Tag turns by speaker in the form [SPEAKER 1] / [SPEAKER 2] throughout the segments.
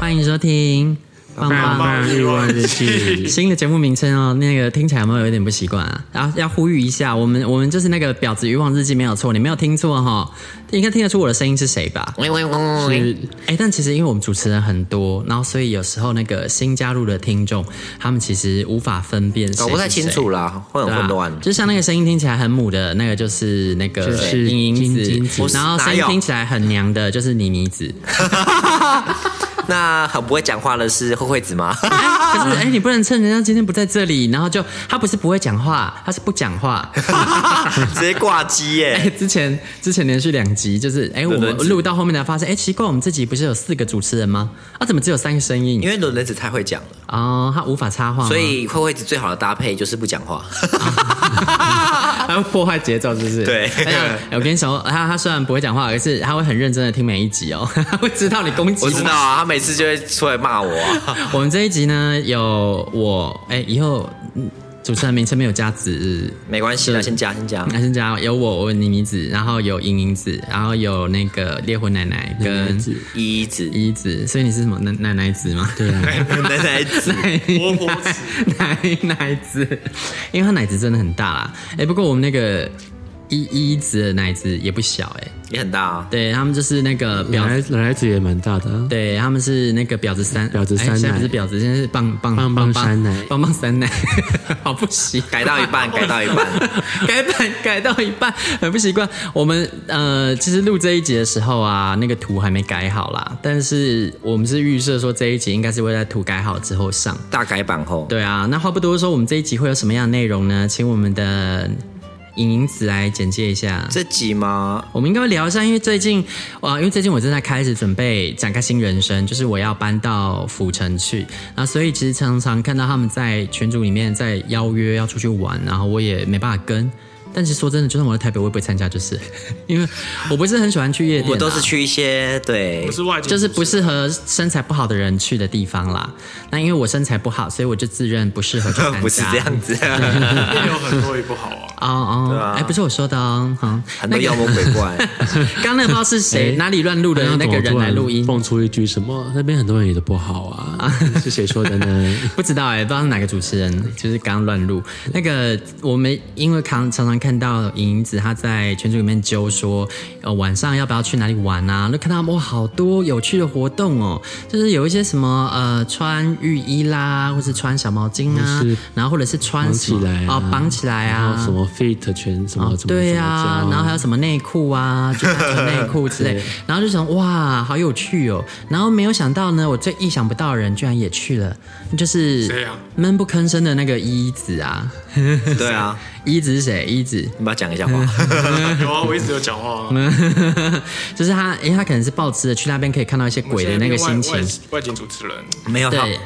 [SPEAKER 1] 欢迎收听《棒棒
[SPEAKER 2] 棒日落日记
[SPEAKER 1] 新的节目名称哦，那个听起来有没有有点不习惯啊？然后要呼吁一下，我们我们就是那个《婊子欲望日记》没有错，你没有听错哈、应该听得出我的声音是谁吧？
[SPEAKER 2] 喂喂喂
[SPEAKER 1] 是，哎、但其实因为我们主持人很多，然后所以有时候那个新加入的听众，他们其实无法分辨谁是谁，
[SPEAKER 2] 搞不太清楚啦，会很
[SPEAKER 1] 对啊。
[SPEAKER 2] 混乱。
[SPEAKER 1] 就像那个声音听起来很母的那个，就是那个
[SPEAKER 2] 就是
[SPEAKER 1] 英英
[SPEAKER 2] 金金
[SPEAKER 1] 子
[SPEAKER 2] 子，
[SPEAKER 1] 然后声音
[SPEAKER 2] 哪有
[SPEAKER 1] 听起来很娘的，就是妮妮子。
[SPEAKER 2] 那很不会讲话的是慧慧子吗？
[SPEAKER 1] 可是，哎、你不能趁人家今天不在这里，然后就他不是不会讲话，他是不讲 话。
[SPEAKER 2] 直接挂机
[SPEAKER 1] 哎、
[SPEAKER 2] 耶！
[SPEAKER 1] 之前之前连续两集就是，哎、我
[SPEAKER 2] 轮
[SPEAKER 1] 们
[SPEAKER 2] 子
[SPEAKER 1] 录到后面才发现，哎、奇怪，我们这集不是有四个主持人吗？啊，怎么只有三个声音？
[SPEAKER 2] 因为轮轮子太会讲了，
[SPEAKER 1] 哦，他无法插话吗，
[SPEAKER 2] 所以慧慧子最好的搭配就是不讲话。
[SPEAKER 1] 他会破坏节奏，是不是？
[SPEAKER 2] 对
[SPEAKER 1] 哎呀我跟你说，他他虽然不会讲话，可是他会很认真的听每一集哦，他会知道你攻击
[SPEAKER 2] 我知道啊，他每次就会出来骂我 啊。
[SPEAKER 1] 我们这一集呢，有我，哎、以后嗯主持人名称没有加子日。
[SPEAKER 2] 没关系啦，先加先加。
[SPEAKER 3] 啊
[SPEAKER 1] 男生家有我，我有妮妮子，然后有莹莹子，然后有那个烈火奶奶跟
[SPEAKER 2] 一 子，
[SPEAKER 1] 一子，所以你是什么奶奶 奶子吗？对啊，
[SPEAKER 2] 奶奶子，
[SPEAKER 1] 婆婆子奶奶子，因为她奶子真的很大啦。哎、不过我们那个一一子的奶子也不小哎、
[SPEAKER 2] 也很大啊。
[SPEAKER 1] 对他们就是那个
[SPEAKER 3] 奶
[SPEAKER 1] 婊
[SPEAKER 3] 奶
[SPEAKER 1] 子，
[SPEAKER 3] 奶奶子也蛮大的、啊，
[SPEAKER 1] 对他们是那个婊子三
[SPEAKER 3] 婊子
[SPEAKER 1] 哎
[SPEAKER 3] 三
[SPEAKER 1] 现在
[SPEAKER 3] 奶
[SPEAKER 1] 不是婊子，现在是棒棒
[SPEAKER 3] 棒棒三奶
[SPEAKER 1] 棒棒三奶，好不习惯
[SPEAKER 2] 改到一 半，改到一半，
[SPEAKER 1] 改版改到一半，很不习惯。我们呃，其实录这一集的时候啊，那个图还没改好啦，但是我们是预设说这一集应该是会在图改好之后上。
[SPEAKER 2] 大改版后，
[SPEAKER 1] 对啊，那话不多说，我们这一集会有什么样的内容呢？请我们的莹莹子来简介一下。
[SPEAKER 2] 这集吗？
[SPEAKER 1] 我们应该会聊一下，因为最近，啊，因为最近我正在开始准备展开新人生，就是我要搬到府城去，啊，所以其实常常看到他们在群组里面在邀约要出去玩，然后我也没办法跟。但是说真的，就算我在台北，我也不会参加，就是 因为我不是很喜欢去夜店
[SPEAKER 2] 我
[SPEAKER 1] 啦，
[SPEAKER 2] 们都是去一些对
[SPEAKER 4] 不是外景，
[SPEAKER 1] 就是不适合身材不好的人去的地方啦。那因为我身材不好，所以我就自认不适合去参加。
[SPEAKER 2] 不是这 样子，
[SPEAKER 4] 也有很多也不好
[SPEAKER 1] 哦
[SPEAKER 4] 啊。
[SPEAKER 1] 哦，哎、不是我说的哦，好，
[SPEAKER 2] 很多妖魔鬼怪。
[SPEAKER 1] 刚刚那个不知道是谁、哪里乱录的那个人来录音，
[SPEAKER 3] 蹦出一句什么？那边很多人也都不好啊， 是谁说的呢？
[SPEAKER 1] 不知道哎、不知道是哪个主持人，就是刚刚乱录。那个我们因为常常常看到莹子她在群组里面揪说，呃，晚上要不要去哪里玩啊？就看到哇，好多有趣的活动哦，就是有一些什么呃穿浴衣啦，或是穿小毛巾啊
[SPEAKER 3] 或是，
[SPEAKER 1] 然后或者是穿
[SPEAKER 3] 绑
[SPEAKER 1] 什
[SPEAKER 3] 起
[SPEAKER 1] 么
[SPEAKER 3] 来啊，
[SPEAKER 1] 哦绑起来啊，
[SPEAKER 3] 然后什么 fit 全什
[SPEAKER 1] 哦
[SPEAKER 3] 么什么，
[SPEAKER 1] 对
[SPEAKER 3] 呀、
[SPEAKER 1] 啊，然后还有什么内裤 啊，就穿内裤之类，然后就想哇，好有趣哦。然后没有想到呢，我最意想不到的人居然也去了，就是
[SPEAKER 4] 谁啊
[SPEAKER 1] 闷不吭声的那个一子啊，
[SPEAKER 2] 对啊，
[SPEAKER 1] 一子是谁？一子。
[SPEAKER 2] 你把它讲 一下话。
[SPEAKER 4] 有啊，我一直有讲话啊。
[SPEAKER 1] 就是他，因为他可能是抱持着去那边可以看到一些鬼的那个心情
[SPEAKER 4] 外，外景主持人，
[SPEAKER 2] 没有他
[SPEAKER 1] 对，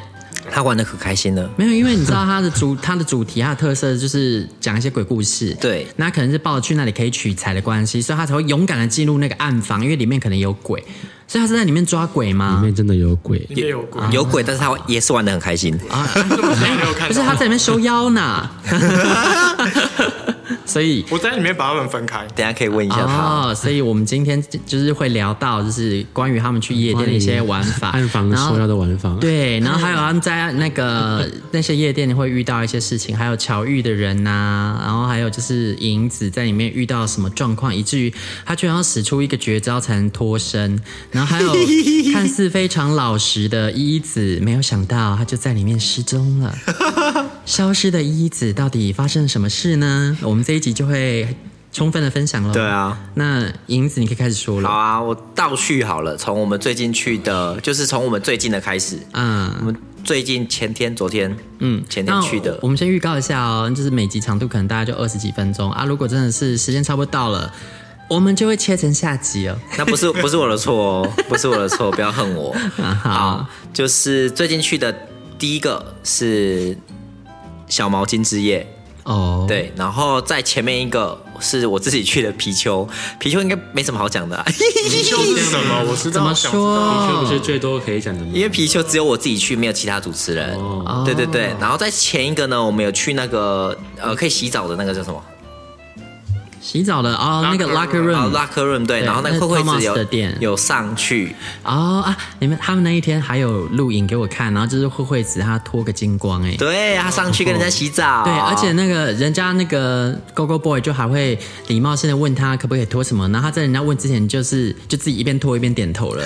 [SPEAKER 2] 他玩的可开心了。
[SPEAKER 1] 没有，因为你知道它的主 它的主题它的特色就是讲一些鬼故事，
[SPEAKER 2] 对
[SPEAKER 1] 那可能是抱着去那里可以取材的关系，所以他才会勇敢的进入那个暗房，因为里面可能有鬼，所以他是在里面抓鬼吗？
[SPEAKER 3] 里面真的有鬼，
[SPEAKER 4] 里面有
[SPEAKER 1] 啊
[SPEAKER 4] 鬼，
[SPEAKER 2] 有鬼，但是他也是玩的很开心。
[SPEAKER 4] 这么想没有看 到。
[SPEAKER 1] 不是他在里面收腰呢。所以
[SPEAKER 4] 我在里面把他们 分开。
[SPEAKER 2] 等一下可以问一下他，
[SPEAKER 1] 哦，所以我们今天就是会聊到，就是关于他们去夜店的一些玩法、
[SPEAKER 3] 嗯暗房
[SPEAKER 1] 然后
[SPEAKER 3] 受邀的玩法，，
[SPEAKER 1] 对，然后还有他们在那 个那些夜店会遇到一些事情，还有巧遇的人呐、然后还有就是银子在里面遇到什么状况，以至于他居然要使出一个绝招才能脱身。然后还 有看似非常老实的一子，没有想到他就在里面失踪了。消失的一子到底发生了什么事呢？我们这一集就会充分的分享了。
[SPEAKER 2] 对啊，
[SPEAKER 1] 那银子你可以开始说
[SPEAKER 2] 好
[SPEAKER 1] 了。
[SPEAKER 2] 啊，我倒叙好了，从我们最近去的，就是从我们最近的开始。我
[SPEAKER 1] 嗯
[SPEAKER 2] 们最近前天、昨天，嗯，前天
[SPEAKER 1] 那
[SPEAKER 2] 去的
[SPEAKER 1] 我，们先预告一下哦，就是每集长度可能大概就二十几分钟啊。如果真的是时间差不多到了，我们就会切成下集哦。
[SPEAKER 2] 那不是不是我的错 哦，不是我的错，不要恨我。
[SPEAKER 1] 好，
[SPEAKER 2] 就是最近去的第一个是小毛巾之夜，
[SPEAKER 1] 哦，，
[SPEAKER 2] 对，然后在前面一个是我自己去的皮 丘，皮丘应该没什么好讲的、啊，
[SPEAKER 4] 皮丘是什么？我知
[SPEAKER 1] 怎
[SPEAKER 4] 道，
[SPEAKER 1] 么
[SPEAKER 4] 我想知道。
[SPEAKER 3] 这不是
[SPEAKER 1] 说？啊
[SPEAKER 3] 最多可以讲的吗？
[SPEAKER 2] 因为皮丘只有我自己去，没有其他主持人。
[SPEAKER 3] 哦
[SPEAKER 2] 对对对，然后在前一个呢，我们有去那个呃可以洗澡的那个叫什么？
[SPEAKER 1] 洗澡的哦，那个 locker
[SPEAKER 4] Locker
[SPEAKER 1] room
[SPEAKER 2] 啊，locker room 对，
[SPEAKER 1] 对
[SPEAKER 2] 然后那
[SPEAKER 1] 那
[SPEAKER 2] 个慧慧
[SPEAKER 1] Thomas
[SPEAKER 2] 子有
[SPEAKER 1] 的店
[SPEAKER 2] 有上去，
[SPEAKER 1] 哦啊！你们他们那一天还有录影给我看，然后就是慧慧子她脱个精光哎、
[SPEAKER 2] 对他上去跟人家洗澡，
[SPEAKER 1] 对，而且那个人家那个 Go Go Boy 就还会礼貌性的问他可不可以脱什么，然后他在人家问之前就是就自己一边脱一边点头 了，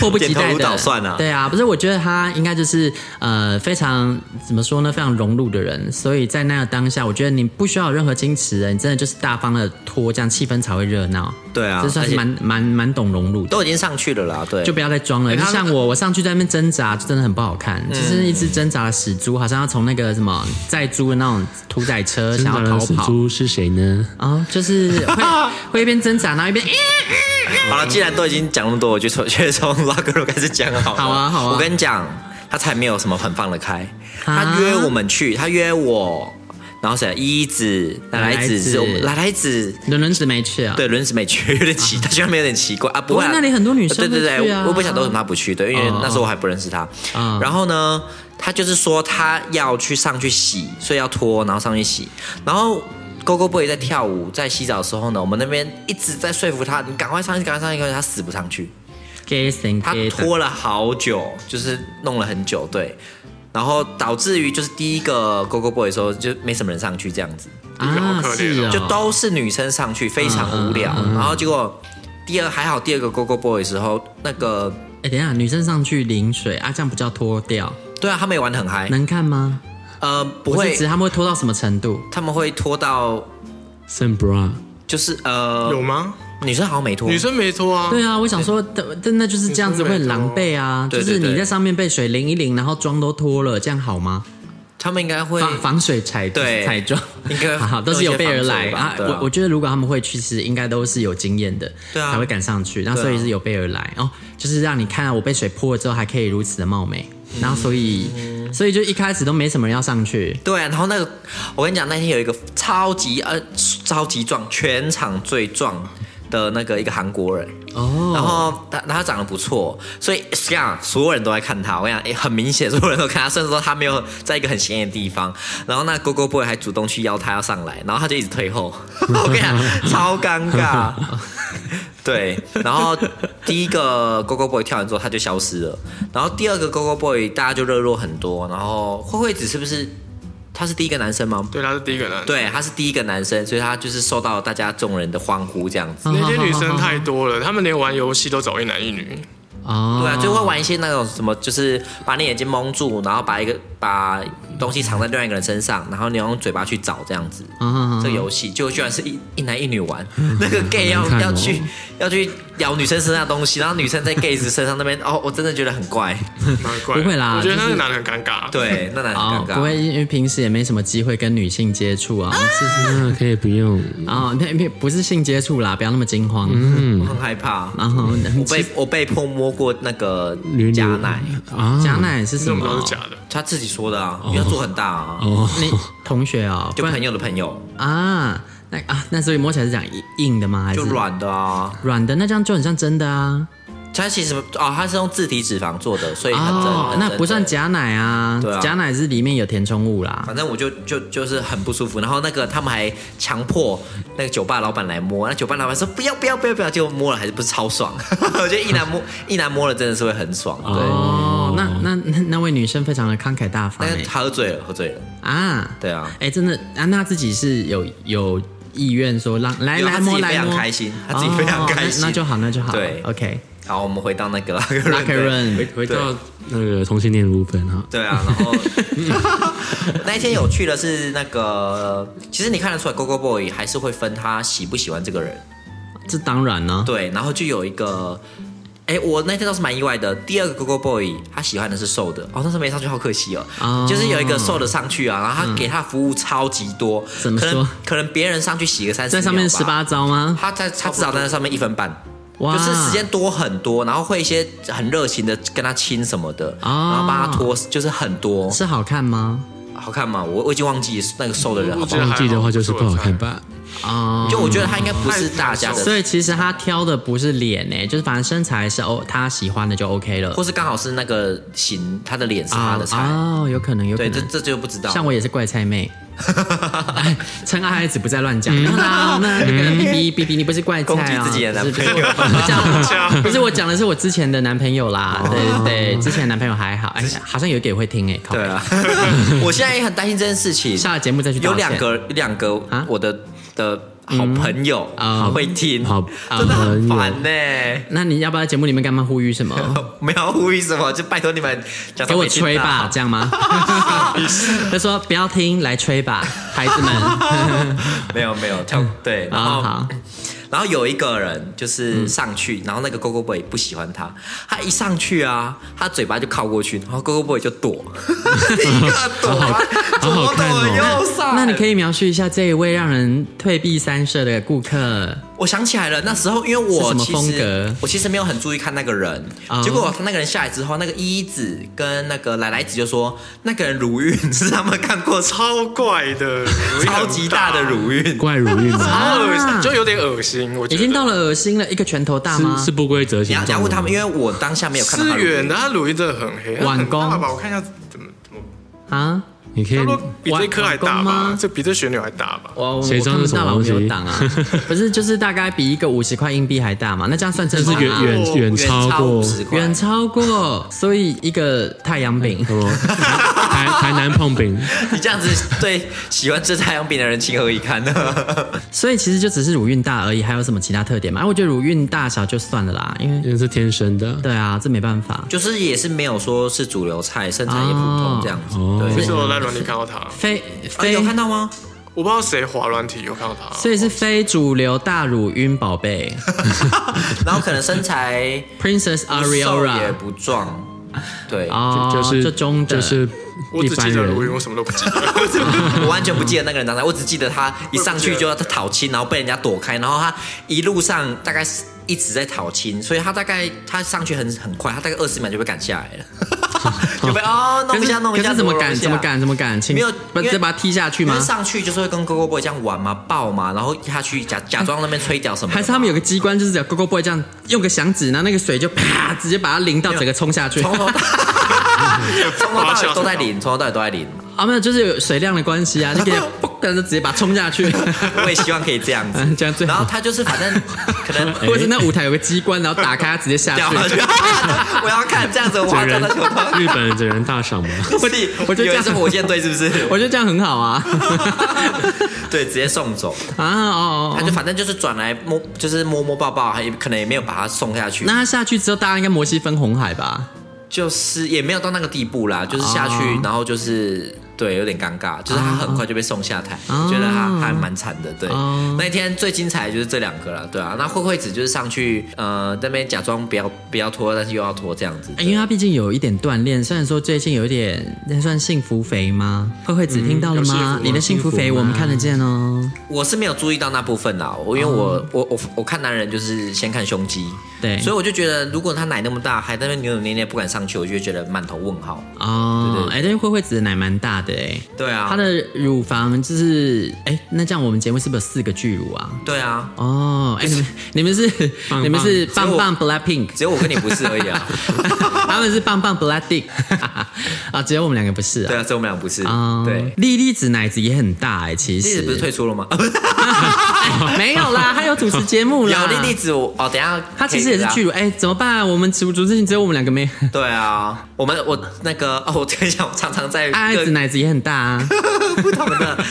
[SPEAKER 1] 迫不及待
[SPEAKER 2] 点头如
[SPEAKER 1] 的
[SPEAKER 2] 捣蒜啊
[SPEAKER 1] 对啊，不是，我觉得他应该就是呃非常怎么说呢，非常融入的人，所以在那个当下，我觉得你不需要有任何矜持的，你真的就是大方的脱，这样气氛才会热闹。
[SPEAKER 2] 对啊
[SPEAKER 1] 这算
[SPEAKER 2] 而
[SPEAKER 1] 是
[SPEAKER 2] 且
[SPEAKER 1] 蛮蛮蛮懂融入的。
[SPEAKER 2] 都已经上去了啦，对，嗯
[SPEAKER 1] 就不要再装了。就像我，我上去在那边挣扎，就真的很不好看，就是一只挣扎的死猪，好像要从那个什么载猪的那种屠宰车
[SPEAKER 3] 真
[SPEAKER 1] 想
[SPEAKER 3] 正
[SPEAKER 1] 要
[SPEAKER 3] 的
[SPEAKER 1] 逃
[SPEAKER 3] 死
[SPEAKER 1] 跑
[SPEAKER 3] 猪是谁呢？
[SPEAKER 1] 啊、就是会 会一边挣扎，然后一边、欸、
[SPEAKER 2] 好了，既然都已经讲那么多，我就从 就从 locker room 开始讲好了。
[SPEAKER 1] 好啊好啊
[SPEAKER 2] 我跟你讲，他才没有什么很放得开，
[SPEAKER 1] 啊
[SPEAKER 2] 他约我们去，他约我，然后谁？一子、奶奶子是我们，
[SPEAKER 1] 奶
[SPEAKER 2] 奶奶子。
[SPEAKER 1] 轮轮子没去啊。
[SPEAKER 2] 对，轮子没去， 有点奇，他居然没有点奇怪啊！不会啊，
[SPEAKER 1] 不过那里很多女生
[SPEAKER 2] 对对
[SPEAKER 1] 会
[SPEAKER 2] 对，
[SPEAKER 1] 去啊哦
[SPEAKER 2] 我我不想都什么他不去，对，因为那时候我还不认识他。
[SPEAKER 1] 嗯
[SPEAKER 2] 然后呢，他就是说他要去上去洗，所以要脱，然后上去洗。然后 Go Go Boy 在跳舞，在洗澡的时候呢，我们那边一直在说服他，你赶快上去，赶快上去，赶快上去他死不上去。
[SPEAKER 1] ，gay s i n
[SPEAKER 2] 他
[SPEAKER 1] gay
[SPEAKER 2] 拖了好久，就是弄了很久，对，然后导致于就是第一个 Go Go Boy 的时候就没什么人上去这样子，
[SPEAKER 1] 啊，
[SPEAKER 4] 好可怜
[SPEAKER 1] 是
[SPEAKER 4] 哦
[SPEAKER 1] 哦，
[SPEAKER 2] 就都是女生上去，非常无聊。
[SPEAKER 4] 嗯
[SPEAKER 2] 然后结果第二还好，第二个 Go Go Boy 的时候，那个
[SPEAKER 1] 哎、等一下，女生上去淋水啊，这样不叫脱掉，
[SPEAKER 2] 对啊，他们也玩的很嗨，
[SPEAKER 1] 能看吗？
[SPEAKER 2] 呃，不
[SPEAKER 1] 我
[SPEAKER 2] 会
[SPEAKER 1] 是指，他们会脱到什么程度？
[SPEAKER 2] 他们会拖到
[SPEAKER 3] 圣 bra
[SPEAKER 2] 就是呃，
[SPEAKER 4] 有吗？
[SPEAKER 2] 女生好像没拖，
[SPEAKER 4] 女生没脱啊。
[SPEAKER 1] 对啊，我想说，但但那就是这样子会很狼狈啊，
[SPEAKER 2] 对
[SPEAKER 1] 就
[SPEAKER 2] 对
[SPEAKER 1] 是你
[SPEAKER 2] 对
[SPEAKER 1] 在上面被水淋一淋，然后妆都脱了，这样好吗？
[SPEAKER 2] 他们应该会
[SPEAKER 4] 啊
[SPEAKER 1] 防防水彩
[SPEAKER 2] 对
[SPEAKER 1] 彩妆，
[SPEAKER 2] 应 该
[SPEAKER 1] 好好都是有备而来
[SPEAKER 2] 弄一些防
[SPEAKER 1] 啊。
[SPEAKER 2] 水吧对啊
[SPEAKER 1] 我我觉得如果他们会去，其实应该都是有经验的，
[SPEAKER 2] 对啊
[SPEAKER 1] 才会赶上去。那
[SPEAKER 2] 对啊
[SPEAKER 1] 所以是有备而来哦，就是让你看到我被水泼了之后还可以如此的貌美，然后所以
[SPEAKER 2] 嗯
[SPEAKER 1] 所以就一开始都没什么人要上去，
[SPEAKER 2] 对啊，然后那个，我跟你讲，那天有一个超级呃超级壮，全场最壮的那个一个韩国人哦，然后他他长得不错，所以这样所有人都在看他，我跟你讲，诶很明显所有人都看他，甚至说他没有在一个很显眼的地方，然后那 Go Go Boy 还主动去邀他要上来，然后他就一直退后，我跟你讲，超尴尬。对，然后第一个 Go Go Boy 跳完之后他就消失了，然后第二个 Go Go Boy 大家就热络很多，然后慧慧子是不是他是第一个男生吗？
[SPEAKER 4] 对，他是第一个人。，
[SPEAKER 2] 对，他是第一个男生，所以他就是受到大家众人的欢呼这样
[SPEAKER 3] 嗯
[SPEAKER 2] 子。
[SPEAKER 4] 那些女生太多了，他们连玩游戏都找一男一 女。
[SPEAKER 1] 哦，
[SPEAKER 2] 对啊，就会玩一些那种什么，就是把你眼睛蒙住，然后把一个把东西藏在另外一个人身上，然后你用嘴巴去找这样子。
[SPEAKER 1] 嗯
[SPEAKER 2] 这个游戏就居然是一一男一女玩，那个 gay 要
[SPEAKER 3] 好难看哦
[SPEAKER 2] 要去要去咬女生身上的东西，然后女生在 gay 子身上那边， 哦，我真的觉得很怪。
[SPEAKER 4] 蛮怪的，
[SPEAKER 1] 不会啦
[SPEAKER 4] 我觉得
[SPEAKER 1] 就是
[SPEAKER 4] 那个男的很尴尬。，
[SPEAKER 2] 对，那男
[SPEAKER 1] 哦
[SPEAKER 2] 的
[SPEAKER 3] 啊
[SPEAKER 2] 很，尴
[SPEAKER 1] 不
[SPEAKER 2] 尬。
[SPEAKER 1] 会，因为平时也没什么机会跟女性接触啊。
[SPEAKER 3] 那可以不用。
[SPEAKER 1] 啊，那那不是性接触啦，不要那么惊慌。
[SPEAKER 4] 嗯
[SPEAKER 3] 嗯
[SPEAKER 2] 我很害怕，
[SPEAKER 1] 然后
[SPEAKER 2] 我被我被迫摸过那个
[SPEAKER 3] 啊女
[SPEAKER 2] 假奶，
[SPEAKER 3] 啊，
[SPEAKER 1] 假奶是
[SPEAKER 4] 这
[SPEAKER 1] 什
[SPEAKER 4] 种都
[SPEAKER 1] 么
[SPEAKER 4] 是？假的。
[SPEAKER 2] 他自己说的啊，因为他做很大啊，
[SPEAKER 3] 哦，
[SPEAKER 1] 你同学哦，
[SPEAKER 2] 就
[SPEAKER 1] 不然
[SPEAKER 2] 朋友的朋友，
[SPEAKER 1] 啊，那啊，那所以摸起来是讲硬的吗？还是
[SPEAKER 2] 就软的啊，
[SPEAKER 1] 软的？那这样就很像真的啊。
[SPEAKER 2] 它其实哦，它是用自体脂肪做的，所以很真。
[SPEAKER 1] 哦，
[SPEAKER 2] 很
[SPEAKER 1] 那
[SPEAKER 2] 真
[SPEAKER 1] 不算
[SPEAKER 2] 对
[SPEAKER 1] 假奶啊
[SPEAKER 2] 对，啊
[SPEAKER 1] 假奶是里面有填充物啦。
[SPEAKER 2] 反正我就就就是很不舒服，然后那个他们还强迫那个酒吧老板来摸，那酒吧老板说不要不要不要不要，结果摸了还是不是超爽， 我觉得一男摸一男摸了真的是会很爽，对，啊
[SPEAKER 1] 哦，那那那那位女生非常的慷慨大方
[SPEAKER 2] 但
[SPEAKER 1] 哎
[SPEAKER 2] 是他喝醉了喝醉了，
[SPEAKER 1] 啊，
[SPEAKER 2] 对啊，
[SPEAKER 1] 哎，真的安娜自己是有有意愿说让来
[SPEAKER 2] 有
[SPEAKER 1] 来
[SPEAKER 2] 他自
[SPEAKER 1] 摸
[SPEAKER 2] 己
[SPEAKER 1] 来
[SPEAKER 2] 非常
[SPEAKER 1] 摸，
[SPEAKER 2] 开心，他自己非常开
[SPEAKER 1] 哦
[SPEAKER 2] 心，
[SPEAKER 1] 那那就好，那就好。
[SPEAKER 2] 对
[SPEAKER 1] ，OK，
[SPEAKER 2] 好，我们回到那个
[SPEAKER 1] 拉克
[SPEAKER 3] 回
[SPEAKER 1] 润
[SPEAKER 3] 回到那个同性恋的部分哈，
[SPEAKER 2] 对啊，然后 那一天有趣的是那个，其实你看得出来，Go Go Boy 还是会分他喜不喜欢这个人。
[SPEAKER 1] 这当然呢，
[SPEAKER 2] 对，然后就有一个，哎，我那天倒是蛮意外的。第二个 Go Go Boy 他喜欢的是瘦的，哦，但是没上去，好可惜哦。
[SPEAKER 1] 哦嗯
[SPEAKER 2] 就是有一个瘦的上去啊，然后他给他服务超级多，
[SPEAKER 1] 怎么
[SPEAKER 2] 可能
[SPEAKER 1] 说
[SPEAKER 2] 可能别人上去洗个三十，
[SPEAKER 1] 在上面十，八招吗？
[SPEAKER 2] 他在他至少在那上面一分半。
[SPEAKER 1] 哇
[SPEAKER 2] 就是时间多很多，然后会一些很热情的跟他亲什么的，
[SPEAKER 1] 哦
[SPEAKER 2] 然后帮他脱，就是很多，
[SPEAKER 1] 是好看吗？
[SPEAKER 2] 好看吗？我我已经忘记那个瘦的人
[SPEAKER 1] 嗯
[SPEAKER 2] 好
[SPEAKER 4] 我
[SPEAKER 2] 不
[SPEAKER 4] 觉
[SPEAKER 2] 好
[SPEAKER 4] 得
[SPEAKER 3] 忘
[SPEAKER 4] 还
[SPEAKER 3] 记的话就是
[SPEAKER 4] 我
[SPEAKER 3] 不好看吧。
[SPEAKER 1] 哦，
[SPEAKER 2] 就我觉得他应该不是大家的，
[SPEAKER 1] 所以其实他挑的不是脸诶，就是反正身材是哦他喜欢的就 OK 了。
[SPEAKER 2] 或是刚好是那个型，他的脸是他的菜，
[SPEAKER 1] 哦，哦有可能，有可
[SPEAKER 2] 啊对，
[SPEAKER 1] 能。
[SPEAKER 2] 这这就不知道。
[SPEAKER 1] 像我也是怪菜 妹，哎趁爱孩子不再乱讲。那 那那个 B B B，你不是怪菜
[SPEAKER 2] 嗯攻击
[SPEAKER 1] 啊？
[SPEAKER 2] 自己的男朋友
[SPEAKER 1] 不是不是我 讲，不是我讲的是我之前的男朋友啦。对对对，之前的男朋友还好，哎，好像有一个也会听哎。靠
[SPEAKER 2] 哦对啊， 我现在也很担心这件事情。
[SPEAKER 1] 下了节目再去道
[SPEAKER 2] 有
[SPEAKER 1] 歉
[SPEAKER 2] 两个有两个
[SPEAKER 1] 啊
[SPEAKER 2] 我的的好朋友
[SPEAKER 1] 啊
[SPEAKER 2] 会听，
[SPEAKER 3] 好呃
[SPEAKER 2] 真的很
[SPEAKER 3] 好朋友
[SPEAKER 2] 烦呢。
[SPEAKER 1] 那你要不要在节目里面干嘛呼吁什么？
[SPEAKER 2] 没有呼吁什么，就拜托你们假
[SPEAKER 1] 给
[SPEAKER 2] 装
[SPEAKER 1] 我
[SPEAKER 2] 没听
[SPEAKER 1] 吹吧
[SPEAKER 2] 到，
[SPEAKER 1] 这样 吗？ 他说不要听，来吹吧，孩子
[SPEAKER 2] 哎
[SPEAKER 1] 们。
[SPEAKER 2] 没有没有跳对，然
[SPEAKER 1] 啊
[SPEAKER 2] 后
[SPEAKER 1] 好，
[SPEAKER 2] 然后有一个人就是上去，然后那个 Go Go Boy 不喜欢他，他一上去啊，他嘴巴就靠过去，然后 Go Go Boy 就躲，一个躲，啊
[SPEAKER 3] 好好
[SPEAKER 2] 左
[SPEAKER 3] 看
[SPEAKER 2] 躲
[SPEAKER 3] 哦
[SPEAKER 2] 右闪。
[SPEAKER 1] 那你可以描述一下这一位让人退避三舍的顾客。
[SPEAKER 2] 我想起来了，那时候因为
[SPEAKER 1] 是
[SPEAKER 2] 我
[SPEAKER 1] 什么
[SPEAKER 2] 其
[SPEAKER 1] 风
[SPEAKER 2] 实
[SPEAKER 1] 格
[SPEAKER 2] 我其实没有很注意看那个人，
[SPEAKER 1] 哦
[SPEAKER 2] 结果他那个人下来之后，那个依依子跟那个奶奶子就说，那个人乳晕 是他们看过超
[SPEAKER 4] 超怪的，
[SPEAKER 2] 超级大的乳晕，
[SPEAKER 3] 怪乳晕 吗？
[SPEAKER 4] 超恶
[SPEAKER 1] 啊
[SPEAKER 4] 心，就有点恶心。我觉得
[SPEAKER 1] 已经到了恶心了，一个拳头大吗？
[SPEAKER 3] 是是不规则
[SPEAKER 2] 你
[SPEAKER 3] 形
[SPEAKER 2] 要
[SPEAKER 3] 状
[SPEAKER 2] 你要
[SPEAKER 3] 吗。
[SPEAKER 2] 问他们，因为我当下没有看到
[SPEAKER 4] 思
[SPEAKER 2] 他乳
[SPEAKER 4] 远
[SPEAKER 2] 晕
[SPEAKER 4] 的，他乳晕真的很黑，它
[SPEAKER 1] 晚
[SPEAKER 4] 很大
[SPEAKER 1] 工
[SPEAKER 4] 吧？我看一下怎么怎么，
[SPEAKER 1] 啊，
[SPEAKER 3] 你可以
[SPEAKER 4] 差不多比这颗还大
[SPEAKER 1] 晚晚工
[SPEAKER 4] 吧
[SPEAKER 1] 吗？
[SPEAKER 4] 这比这旋钮还大吧？
[SPEAKER 1] 我我
[SPEAKER 3] 谁
[SPEAKER 1] 我
[SPEAKER 3] 知道
[SPEAKER 1] 看不
[SPEAKER 3] 是什么
[SPEAKER 1] 到了，我没
[SPEAKER 3] 东
[SPEAKER 1] 有
[SPEAKER 3] 西
[SPEAKER 1] 挡 啊，不是，就是大概比一个五十块硬币还大嘛，那这样算正
[SPEAKER 3] 但
[SPEAKER 1] 常
[SPEAKER 3] 是
[SPEAKER 1] 啊、
[SPEAKER 3] 远远
[SPEAKER 4] 远
[SPEAKER 3] 远超过
[SPEAKER 2] 五十块，
[SPEAKER 1] 远超过，所以一个太阳饼
[SPEAKER 3] 什么台台南碰饼，
[SPEAKER 2] 你 这样子对喜欢吃太阳饼的人情何以堪呢？
[SPEAKER 1] 所以其实就只是乳晕大而已，还有什么其他特点吗？啊我觉得乳晕大小就算了啦，因为
[SPEAKER 3] 因为是天生的。
[SPEAKER 1] 对啊，这没办法。
[SPEAKER 2] 就是也是没有说是主流菜，身材也普通这样子，
[SPEAKER 3] 哦
[SPEAKER 2] 对
[SPEAKER 4] 这。是我在软体看到他，
[SPEAKER 1] 非
[SPEAKER 2] 啊、
[SPEAKER 1] 非、
[SPEAKER 2] 有看到吗？
[SPEAKER 4] 我不知道谁滑软体有看到他，
[SPEAKER 1] 所以是非主流大乳晕宝 贝
[SPEAKER 2] 然后可能身 材
[SPEAKER 1] ，Princess
[SPEAKER 2] 不瘦也
[SPEAKER 1] Ariora
[SPEAKER 2] 不壮，对，
[SPEAKER 1] 哦，
[SPEAKER 3] 就是
[SPEAKER 1] 就中等
[SPEAKER 3] 就是
[SPEAKER 4] 我
[SPEAKER 3] 一
[SPEAKER 4] 只
[SPEAKER 3] 般
[SPEAKER 4] 记得乳晕，
[SPEAKER 3] 人。
[SPEAKER 4] 我什么都不记得。
[SPEAKER 2] 我完全不记得那个人长啥，我只记得他一上去就要讨亲，然后被人家躲开，然后他一路上大概是一直在讨亲，所以他大概他上去很很快，他大概二十秒就被赶下来了， 就被哦弄
[SPEAKER 1] 可
[SPEAKER 2] 一
[SPEAKER 1] 是
[SPEAKER 2] 下弄一
[SPEAKER 1] 可
[SPEAKER 2] 下，
[SPEAKER 1] 是怎么
[SPEAKER 2] 弄一
[SPEAKER 1] 敢
[SPEAKER 2] 下
[SPEAKER 1] 怎么？敢怎么敢？请
[SPEAKER 2] 没有，
[SPEAKER 1] 不
[SPEAKER 2] 因为
[SPEAKER 1] 再把它踢下去吗
[SPEAKER 2] 因为？上去就是会跟 Go Go Boy 这样玩嘛，抱嘛，然后他去假假装那边吹屌什么的嘛，
[SPEAKER 1] 还是他们有个机关，就是只要 Go Go Boy 这样用个响指，然后那个水就啪直接把它淋到整个冲下 去。
[SPEAKER 2] 从头到 从头到尾都在领，从头到尾都在领，
[SPEAKER 1] 啊，没有，就是有水量的关系 啊，就可以嘣，但是直接把它冲下去。，
[SPEAKER 2] 我也希望可以这样子
[SPEAKER 1] 这样最好哎
[SPEAKER 2] 然后他就是反正 可能
[SPEAKER 1] 或者是那舞台有个机关，然后打开它直接下
[SPEAKER 2] 屌下去
[SPEAKER 1] 去。，
[SPEAKER 2] 我要看这样子，我要
[SPEAKER 3] 整
[SPEAKER 2] 站到
[SPEAKER 3] 人
[SPEAKER 2] 球头。
[SPEAKER 3] 日本人整人大赏吗？
[SPEAKER 2] 不是，
[SPEAKER 1] 我觉得 这
[SPEAKER 2] 以为
[SPEAKER 1] 样
[SPEAKER 2] 是火箭队是不是？
[SPEAKER 1] 我觉得这样很好啊
[SPEAKER 2] 对，直接送走，
[SPEAKER 1] 啊哦
[SPEAKER 2] 他
[SPEAKER 1] 哦。
[SPEAKER 2] 就
[SPEAKER 1] 哦
[SPEAKER 2] 反正就是转来摸，就是摸摸抱抱，还也可能也没有把他送下去，
[SPEAKER 1] 那他下去之后，大家应该摩西分红海吧？
[SPEAKER 2] 就是也没有到那个地步啦，就是下去，
[SPEAKER 1] 哦
[SPEAKER 2] 然后就是对，有点尴尬，就是他很快就被送下台，
[SPEAKER 1] 哦
[SPEAKER 2] 觉得他还蛮惨的。对，
[SPEAKER 1] 哦
[SPEAKER 2] 那一天最精彩的就是这两个了，对啊，那慧慧子就是上去呃那边假装不要不要脱，但是又要脱这样子，
[SPEAKER 1] 哎因为他毕竟有一点锻炼，虽然说最近有一点，那算幸福肥吗？慧慧子听到了
[SPEAKER 4] 有幸福
[SPEAKER 1] 吗
[SPEAKER 4] 吗？
[SPEAKER 1] 你的嗯幸福肥我们看得见哦。
[SPEAKER 2] 我是没有注意到那部分啦，我因为我、我我我看男人就是先看胸肌，
[SPEAKER 1] 对
[SPEAKER 2] 所以我就觉得，如果他奶那么大，还在那边扭扭捏捏不敢上去，我就会觉得满头问号。
[SPEAKER 1] 哦，
[SPEAKER 2] 对对
[SPEAKER 1] 哎，但是慧慧子的奶蛮大的哎，
[SPEAKER 2] 对啊，
[SPEAKER 1] 她的乳房就是哎，那这样我们节目是不是有四个巨乳啊？
[SPEAKER 2] 对啊，
[SPEAKER 1] 哦，哎，你们你们是
[SPEAKER 3] 棒
[SPEAKER 1] 你们是
[SPEAKER 2] 只有
[SPEAKER 1] 棒
[SPEAKER 2] 我
[SPEAKER 1] 棒 Black Pink，
[SPEAKER 2] 只有我跟你不是而已 啊。
[SPEAKER 1] 他们是棒棒 Black Dick 啊，只有我们两个不是
[SPEAKER 2] 对
[SPEAKER 1] 啊。
[SPEAKER 2] 啊，只有我们俩不是。
[SPEAKER 1] 哦
[SPEAKER 2] 对，
[SPEAKER 1] 莉莉子奶子也很大哎，其
[SPEAKER 2] 莉
[SPEAKER 1] 实哎
[SPEAKER 2] 子不是退出了吗？
[SPEAKER 1] 没有啦，她有主持节目啦。
[SPEAKER 2] 有莉莉子，我哦，等一下
[SPEAKER 1] 她其实也是巨
[SPEAKER 2] 乳。
[SPEAKER 1] 乳，哎，怎么办？我们主主持人只有我们两个 没。
[SPEAKER 2] 对啊，我们我那个哦，我跟你讲，我常常在
[SPEAKER 1] 爱
[SPEAKER 2] 各
[SPEAKER 1] 子奶子也很大啊。
[SPEAKER 2] 不同的，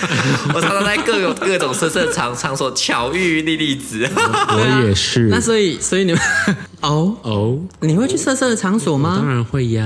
[SPEAKER 2] 我常常在各种各种色色场场所巧遇莉莉子。
[SPEAKER 3] 我也是。
[SPEAKER 1] 那所以，所以你们 哦，
[SPEAKER 3] 哦，
[SPEAKER 1] 你会去色色的场所
[SPEAKER 3] 当
[SPEAKER 1] 吗？
[SPEAKER 3] 然会呀，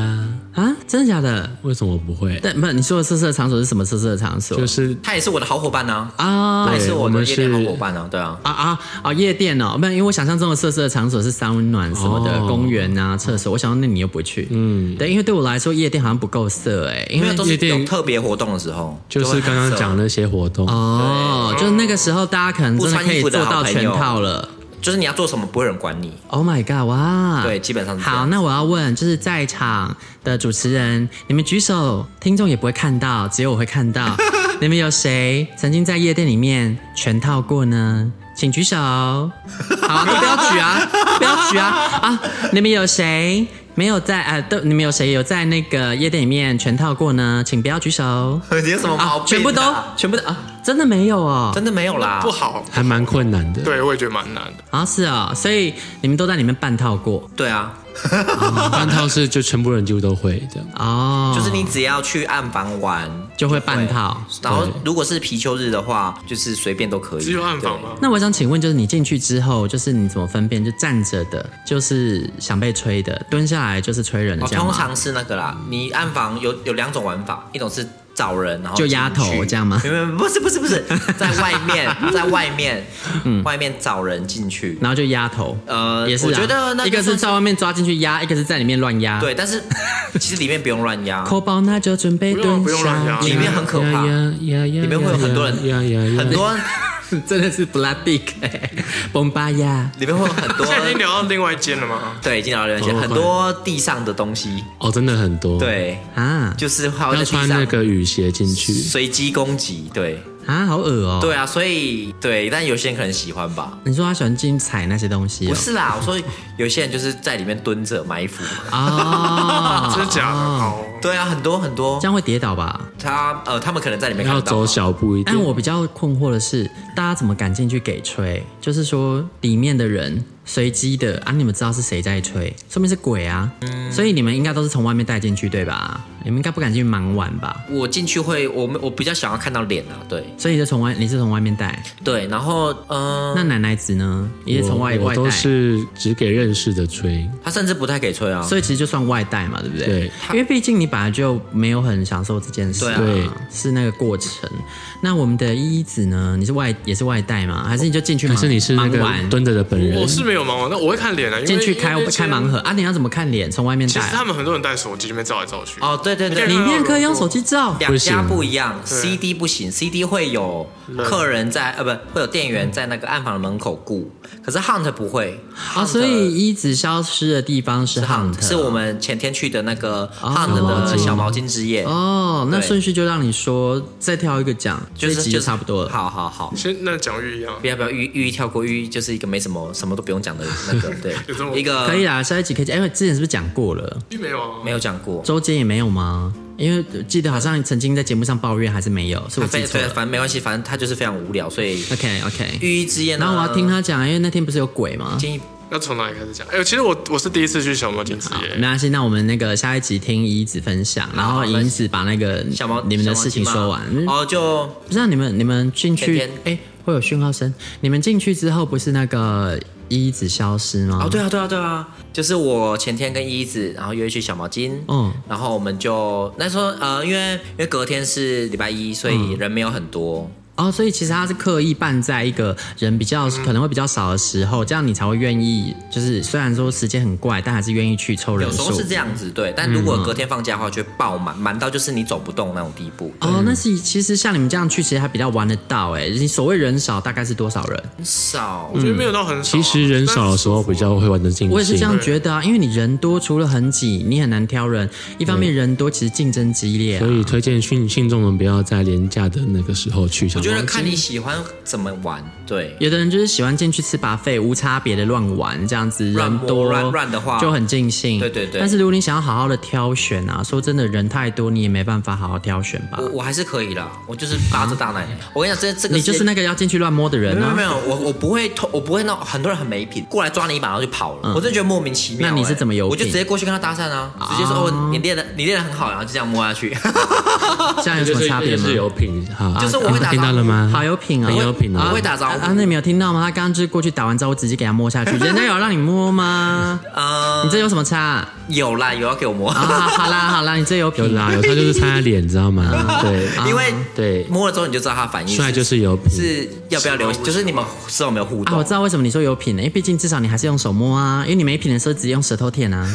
[SPEAKER 1] 啊，真的假的？
[SPEAKER 3] 为什么不会？
[SPEAKER 1] 但不，你说的色色的场所是什么色色的场所？
[SPEAKER 3] 就是
[SPEAKER 2] 他也是我的好伙伴呢、啊，
[SPEAKER 1] 啊
[SPEAKER 2] 他也是我的
[SPEAKER 3] 对我们
[SPEAKER 2] 夜店好
[SPEAKER 3] 是
[SPEAKER 2] 伙伴呢、啊。对啊，
[SPEAKER 1] 啊啊啊！夜店哦，不然因为我想象中的色色的场所是三温暖什么的，
[SPEAKER 3] 哦
[SPEAKER 1] 公园啊、厕所。我想到那你又不去，嗯，对，因为对我来说夜店好像不够色哎、因
[SPEAKER 2] 因
[SPEAKER 1] 为
[SPEAKER 2] 为都是
[SPEAKER 3] 夜店
[SPEAKER 2] 有特别活动的时候，
[SPEAKER 3] 就是刚刚讲
[SPEAKER 2] 的，
[SPEAKER 3] 那些活动，
[SPEAKER 1] 哦，就是那个时候大家可能真的可以
[SPEAKER 2] 不穿衣服的
[SPEAKER 1] 做到
[SPEAKER 2] 好朋
[SPEAKER 1] 全
[SPEAKER 2] 友
[SPEAKER 1] 套了。
[SPEAKER 2] 就是你要做什么不会有人管你。
[SPEAKER 1] Oh my god！哇，
[SPEAKER 2] 对，基本上是这样
[SPEAKER 1] 好，那我要问，就是在场的主持人，你们举手，听众也不会看到，只有我会看到。你们有谁曾经在夜店里面全套过呢？请举手。好，不要举啊，不要举啊啊！你们有谁没有在啊？都你们有谁有在那个夜店里面全套过呢？请不要举手。
[SPEAKER 2] 你有什么毛病啊、
[SPEAKER 1] 啊，全部都，全部都啊，真的没有哦。
[SPEAKER 2] 真的没有啦，
[SPEAKER 4] 不。好。
[SPEAKER 3] 还蛮困难的。
[SPEAKER 4] 对，我也觉得蛮难的。
[SPEAKER 1] 啊，是啊、所以你们都在里面半套过
[SPEAKER 2] 对啊，
[SPEAKER 3] 半套是就全部人几乎都会这样。
[SPEAKER 1] 哦，
[SPEAKER 2] 就是你只要去暗房玩，
[SPEAKER 1] 就会半套。
[SPEAKER 2] 然后如果是貔貅日的话，就是随便都可以。
[SPEAKER 4] 只有暗
[SPEAKER 2] 对
[SPEAKER 4] 访吗？
[SPEAKER 1] 那我想请问，就是你进去之后，就是你怎么分辨？就站着的，就是想被吹的；蹲下来就是吹人的，
[SPEAKER 2] 哦，
[SPEAKER 1] 这样吗
[SPEAKER 2] 通常是那个啦，你暗房有有两种玩法，一种是找人，然后
[SPEAKER 1] 就压
[SPEAKER 2] 哦进去呃
[SPEAKER 1] 头这样吗
[SPEAKER 2] 没有没有，不是不是 不是，在外面，在外面，外面找人进去。
[SPEAKER 1] 然后就压头。
[SPEAKER 2] 呃，
[SPEAKER 1] 嗯也是啊、
[SPEAKER 2] 我觉得那
[SPEAKER 1] 一个
[SPEAKER 2] 算
[SPEAKER 1] 是在外面抓进去压，一个是在里面乱压。，
[SPEAKER 2] 对，但是其实里面不用 乱压，
[SPEAKER 1] 扣包那就准备
[SPEAKER 4] 不用
[SPEAKER 1] 蹲
[SPEAKER 4] 不用乱
[SPEAKER 1] 下
[SPEAKER 4] 压。
[SPEAKER 2] 里面很可怕，
[SPEAKER 3] 呀呀呀！
[SPEAKER 2] 里面会有很多人
[SPEAKER 3] 呀呀呀！
[SPEAKER 2] 很多
[SPEAKER 1] 真的是 black dick，欸 崩巴呀！
[SPEAKER 2] 里面会有很 多
[SPEAKER 4] 现，在已经聊到另外一间了吗？
[SPEAKER 2] 对，已经聊了解
[SPEAKER 3] 哦
[SPEAKER 2] 很多地上的东西，
[SPEAKER 3] 哦，真的很多。，
[SPEAKER 2] 对，
[SPEAKER 1] 啊
[SPEAKER 2] 就是还有在
[SPEAKER 3] 要
[SPEAKER 2] 地
[SPEAKER 3] 穿那
[SPEAKER 2] 上
[SPEAKER 3] 个雨鞋进去。
[SPEAKER 2] 随机攻击，对
[SPEAKER 1] 啊，好恶哦、
[SPEAKER 2] 对，啊，所以对，但有些人可能喜欢吧。
[SPEAKER 1] 你说他喜欢进去踩那些东西、哦？
[SPEAKER 2] 不是啦，我说有些人就是在里面蹲着埋伏。
[SPEAKER 1] 啊，
[SPEAKER 4] 真的假的？好，
[SPEAKER 2] 对啊，很多很多
[SPEAKER 1] 这，样会跌倒吧？
[SPEAKER 2] 他呃，他们可能在里面看
[SPEAKER 3] 要
[SPEAKER 2] 到
[SPEAKER 3] 走小步一点。
[SPEAKER 1] 但我比较困惑的是，大家怎么敢进去给吹？就是说，里面的人随机的啊，你们知道是谁在吹，说明是鬼啊。所以你们应该都是从外面带进去对吧？你们应该不敢进去盲玩吧？
[SPEAKER 2] 我进去会，我们我比较想要看到脸啊，对
[SPEAKER 1] 所以就从外，你是从外面带。
[SPEAKER 2] 对，然后嗯、
[SPEAKER 1] 那奶奶子呢，也是从外
[SPEAKER 3] 我
[SPEAKER 1] 外
[SPEAKER 3] 我都
[SPEAKER 1] 带，
[SPEAKER 3] 是只给认识的吹。
[SPEAKER 2] 他甚至不太给吹啊，
[SPEAKER 1] 所以其实就算外带嘛，对不对？
[SPEAKER 3] 对，
[SPEAKER 1] 因为毕竟你本来就没有很享受这件事、
[SPEAKER 2] 对
[SPEAKER 3] 啊
[SPEAKER 1] 是那个过程。那我们的一子呢？你是外也是外带吗？还是你就进去盲？
[SPEAKER 3] 但是你是那
[SPEAKER 1] 盲
[SPEAKER 3] 个
[SPEAKER 1] 玩
[SPEAKER 3] 蹲着的本人，
[SPEAKER 4] 我是没有忙完，那我会看脸啊，因为
[SPEAKER 1] 进去开开盲。盒啊？你要怎么看脸？从外面
[SPEAKER 4] 其
[SPEAKER 1] 带
[SPEAKER 4] 实
[SPEAKER 1] 啊、
[SPEAKER 4] 他们很多人带手机那边照来照去。
[SPEAKER 2] 哦，对对对，
[SPEAKER 1] 里面可以用手机照。
[SPEAKER 2] 两家
[SPEAKER 3] 不行
[SPEAKER 2] 不一样
[SPEAKER 4] 对
[SPEAKER 2] ，CD 不行，CD 会有客人在呃，不会有店员在那个暗房的门口顾，可是 Hunt 不会
[SPEAKER 1] 啊，
[SPEAKER 2] Hunt
[SPEAKER 1] 所以一直消失的地方是
[SPEAKER 2] 是
[SPEAKER 1] hunt，
[SPEAKER 2] Hunt，是我们前天去的那个 Hunt
[SPEAKER 1] 哦
[SPEAKER 2] 的小毛巾之夜，
[SPEAKER 1] 哦。那
[SPEAKER 2] 对
[SPEAKER 1] 顺序就让你说，再挑一个讲，这一集就差不多了。，
[SPEAKER 2] 好好好，
[SPEAKER 4] 先那蒋玉一样
[SPEAKER 2] 不，要不要，玉玉一跳过玉一就是一个没什么什么都不用讲的那个，
[SPEAKER 4] 有这
[SPEAKER 2] 对，
[SPEAKER 4] 么啊
[SPEAKER 2] 一个
[SPEAKER 1] 可以啦，下一集可以讲，因为之前是不是讲过了？
[SPEAKER 4] 玉没有啊，
[SPEAKER 2] 没有讲过，
[SPEAKER 1] 周间也没有吗？因为记得好像曾经在节目上抱怨，还是没有，是我
[SPEAKER 2] 他
[SPEAKER 1] 记
[SPEAKER 2] 非
[SPEAKER 1] 错
[SPEAKER 2] 啊对，
[SPEAKER 1] 了。
[SPEAKER 2] 反正没关系，反正他就是非常无聊，所以
[SPEAKER 1] OK OK，
[SPEAKER 2] 玉一之夜呢，
[SPEAKER 1] 然后我要听他讲，因为那天不是有鬼吗？
[SPEAKER 2] 建议
[SPEAKER 4] 要从哪里开始讲？哎、其实我我是第一次去小魔镜之
[SPEAKER 1] 好，啊没
[SPEAKER 4] 夜，
[SPEAKER 1] 关系，那我们那个下一集听怡子分享，然后怡子把那个
[SPEAKER 2] 小毛
[SPEAKER 1] 你们的
[SPEAKER 2] 小毛
[SPEAKER 1] 事情
[SPEAKER 2] 巾吗
[SPEAKER 1] 说完。
[SPEAKER 2] 哦，就
[SPEAKER 1] 不知啊道你们你们进去
[SPEAKER 2] 天
[SPEAKER 1] 哎、会有讯号声，你们进去之后不是那个一子消失吗？
[SPEAKER 2] 哦，对啊，对啊，对啊，就是我前天跟一子，然后约去小毛巾，
[SPEAKER 1] 嗯
[SPEAKER 2] 嗯，
[SPEAKER 1] 嗯
[SPEAKER 2] 然后我们就那时候呃，因为因为隔天是礼拜一，所以人没有很多，
[SPEAKER 1] 哦，哦，所以其实他是刻意办在一个人比较可能会比较少的时候，这样你才会愿意，就是虽然说时间很怪，但还是愿意去凑人
[SPEAKER 2] 有时候
[SPEAKER 1] 数嗯
[SPEAKER 2] 是。这样子，对。但如果隔天放假的话，就会爆满，满到就是你走不动那种地步。
[SPEAKER 1] 哦，那是其实像你们这样去，其实还比较玩得到哎。你所谓人少，大概是多少人？
[SPEAKER 2] 很少
[SPEAKER 4] 我，
[SPEAKER 1] 嗯
[SPEAKER 4] 觉得没有到很少啊、
[SPEAKER 3] 嗯其实人少的时候比较会玩得尽兴。
[SPEAKER 1] 我也是这样觉得啊，因为你人多，除了很挤，你很难挑人。一方面人多，其实竞争激烈、啊
[SPEAKER 3] 所。以推荐训信众们不要在廉价的那个时候去。
[SPEAKER 2] 我
[SPEAKER 3] 我
[SPEAKER 2] 觉得看你喜欢怎么玩，对。
[SPEAKER 1] 有的人就是喜欢进去吃把费，无差别的乱玩，这样子
[SPEAKER 2] 乱
[SPEAKER 1] 人
[SPEAKER 2] 摸
[SPEAKER 1] 多
[SPEAKER 2] 乱乱的话
[SPEAKER 1] 就很尽兴。
[SPEAKER 2] 对对对
[SPEAKER 1] 但是如果你想要好好的挑选啊，说真的，人太多你也没办法好好挑选吧
[SPEAKER 2] 我。我还是可以啦，我就是扒着大奶奶。我跟你讲，这这个
[SPEAKER 1] 啊嗯你就是那个要进去乱摸的人
[SPEAKER 2] 没有
[SPEAKER 1] 啊
[SPEAKER 2] 没。有，我我不会偷，我不会闹。很多人很没品，过来抓你一把然后就跑了，我真的觉得莫名其妙欸。
[SPEAKER 1] 嗯那你是怎么有
[SPEAKER 2] 我就
[SPEAKER 1] 品
[SPEAKER 2] 直接过去跟他搭讪啊，直接说哦，你练的你练的很好，然后就这样摸下去。
[SPEAKER 1] 这样有什么差别吗？
[SPEAKER 3] 是有品哈，啊
[SPEAKER 2] 就是我会打
[SPEAKER 3] 听到了吗？
[SPEAKER 1] 好有品啊、
[SPEAKER 3] 很
[SPEAKER 1] 哦！
[SPEAKER 3] 有品啊
[SPEAKER 2] 我会打招呼
[SPEAKER 1] 啊，那你没有听到吗？他刚刚就是过去打完招呼，直接给他摸下 去，人家有让你摸吗？
[SPEAKER 2] 嗯
[SPEAKER 1] 你，这有什么差啊？
[SPEAKER 2] 有啦，有要给我摸，
[SPEAKER 1] 好啦好啦，你这有
[SPEAKER 3] 有
[SPEAKER 1] 品
[SPEAKER 3] 啦，有他就是擦脸，你知道吗？对，
[SPEAKER 2] 因为
[SPEAKER 1] 啊
[SPEAKER 3] 对，
[SPEAKER 2] 摸了之后你就知道他的反应。
[SPEAKER 3] 帅就是有品，
[SPEAKER 2] 是要不要留，就是你们是有没有互
[SPEAKER 1] 啊！
[SPEAKER 2] 动
[SPEAKER 1] 我知？道为什么你说有品了，因为毕竟至少你还是用手摸啊，因为你没品的时候直接用舌头舔 啊。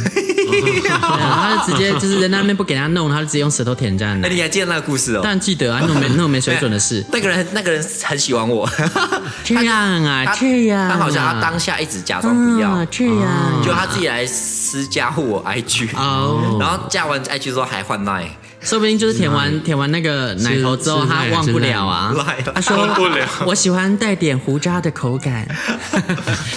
[SPEAKER 1] 对啊，他就直接就是人家那边不给他弄，他就直接用舌头舔这样的。
[SPEAKER 2] 哎，你还记得那个故事哦？
[SPEAKER 1] 但记得啊，那种没那种没水准的 事，
[SPEAKER 2] 那个人，那个人很喜欢我，
[SPEAKER 1] 这样啊，
[SPEAKER 2] 他
[SPEAKER 1] 这样啊，
[SPEAKER 2] 他好像他当下一直假装不要
[SPEAKER 1] 啊，这样啊
[SPEAKER 2] 就他自己来私加我 IG，
[SPEAKER 1] 哦
[SPEAKER 2] 然后加完 IG 之后还换 Line，
[SPEAKER 1] 说不定就是舔完舔完那个奶头之后，
[SPEAKER 3] 是是
[SPEAKER 1] 他忘不了啊
[SPEAKER 2] 是赖。
[SPEAKER 1] 他说
[SPEAKER 4] 忘不了
[SPEAKER 1] 我喜欢带点胡渣的口感，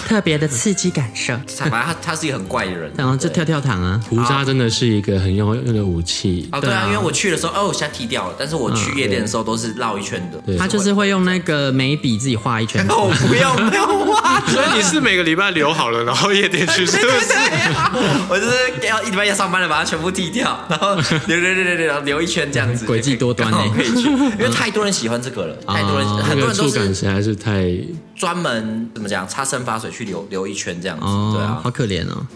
[SPEAKER 1] 特别的刺激感受。
[SPEAKER 2] 反正他他是一个很怪的人，
[SPEAKER 1] 然后就跳跳糖啊，
[SPEAKER 3] 胡渣真的是一个很有用的武器。
[SPEAKER 2] 哦，对啊，因为我去的时候，哦，我现在剃掉了，但是我去夜店的时候都是绕一圈的。
[SPEAKER 3] 对
[SPEAKER 1] 他就是会用那个眉笔自己画一 圈。
[SPEAKER 2] 哦，不要啊不要 挖，
[SPEAKER 4] 所以你是每个礼拜留好了，然后夜店去，是不是？
[SPEAKER 2] 我就是要一礼拜要上班了，把它全部剃掉，然后留留留留留留一圈这样子，
[SPEAKER 1] 诡计多端欸
[SPEAKER 2] 刚好可以去，因为太多人喜欢这个了，太多人
[SPEAKER 1] 哦
[SPEAKER 2] 很多
[SPEAKER 3] 那个
[SPEAKER 2] 人都
[SPEAKER 3] 触感
[SPEAKER 2] 是
[SPEAKER 3] 实在是太
[SPEAKER 2] 专门怎么讲，擦生发水去留留一圈这样子，
[SPEAKER 1] 哦，
[SPEAKER 2] 对啊
[SPEAKER 1] 好，可怜哦。